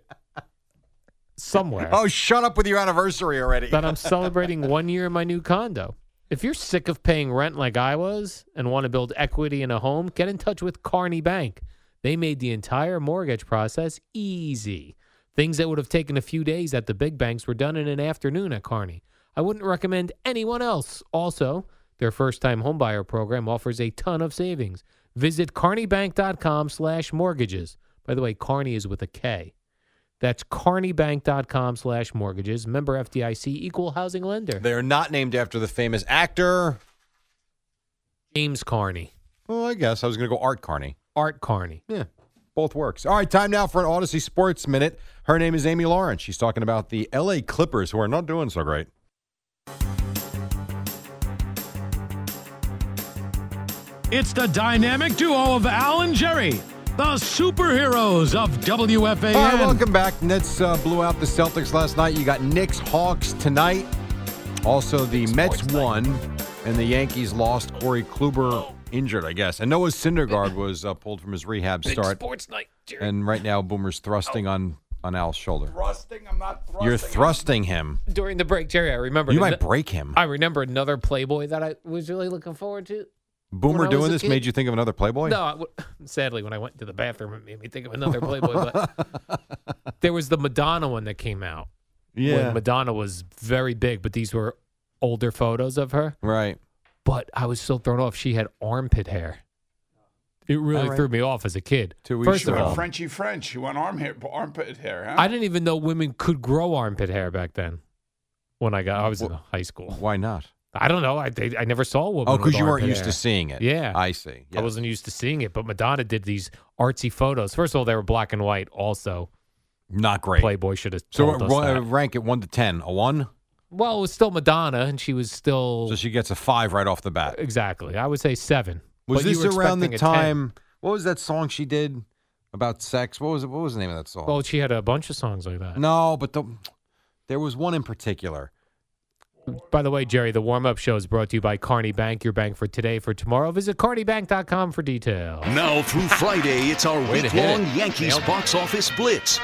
B: somewhere
C: oh, shut up with your anniversary already.
B: that I'm celebrating one year in my new condo. If you're sick of paying rent like I was and want to build equity in a home, get in touch with Carney Bank. They made the entire mortgage process easy. Things that would have taken a few days at the big banks were done in an afternoon at Carney. I wouldn't recommend anyone else. Also, their first-time homebuyer program offers a ton of savings. Visit carneybank.com/mortgages. By the way, Carney is with a K. That's carneybank.com/mortgages. Member FDIC, equal housing lender.
C: They are not named after the famous actor.
B: James Carney,
C: Well, I guess I was going to go Art Carney.
B: Art Carney.
C: Yeah, both works. All right, time now for an Odyssey Sports Minute. Her name is Amy Lawrence. She's talking about the LA Clippers, who are not doing so great.
D: It's the dynamic duo of Al and Jerry, the superheroes of WFAN.
C: All right, welcome back. Nets uh, blew out the Celtics last night. You got Knicks, Hawks tonight. Also, the Mets won, and the Yankees lost. Corey Kluber injured, I guess. And Noah Syndergaard was uh, pulled from his rehab start.
B: Sports night. Jerry.
C: And right now, Boomer's thrusting on on Al's shoulder.
H: Thrusting, I'm not thrusting.
C: You're thrusting him.
B: During the break, Jerry, I remember.
C: You might break him.
B: I remember another Playboy that I was really looking forward to. when
C: Boomer
B: I was
C: doing
B: a
C: this
B: kid-
C: made you think of another Playboy?
B: No, I w sadly, when I went to the bathroom, it made me think of another Playboy. But there was the Madonna one that came out when
C: Yeah.
B: Madonna was very big, but these were older photos of her.
C: Right.
B: But I was so thrown off. She had armpit hair. It really threw me off as a kid.
C: Too
B: First of
C: easy.
B: all,
H: Frenchy French. You want arm hair, armpit hair, huh?
B: I didn't even know women could grow armpit hair back then. When I got, I was in high school.
C: Why not?
B: I don't know. I they, I never saw a woman.
C: Oh, because
B: with
C: you weren't
B: armpit
C: used
B: hair.
C: to seeing it.
B: Yeah.
C: I see.
B: I wasn't used to seeing it, but Madonna did these artsy photos. First of all, they were black and white. Also,
C: Not great.
B: Playboy should have
C: So
B: told us
C: ra-
B: that.
C: rank it one to ten. A one,
B: Well, it was still Madonna, and she was still
C: so she gets a five right off the bat.
B: exactly. I would say seven. Uh,
C: Was
B: But you
C: this
B: were
C: around the
B: expecting a 10.
C: time? What was that song she did about sex? What was it? What was the name of that song?
B: Well, she had a bunch of songs like that.
C: no, but the, there was one in particular.
B: By the way, Jerry, the warm up show is brought to you by Carney Bank, your bank for today, for tomorrow. Visit carneybank.com for details.
F: Now through Friday, it's our
C: Way to hit
F: week-long Yankees box office blitz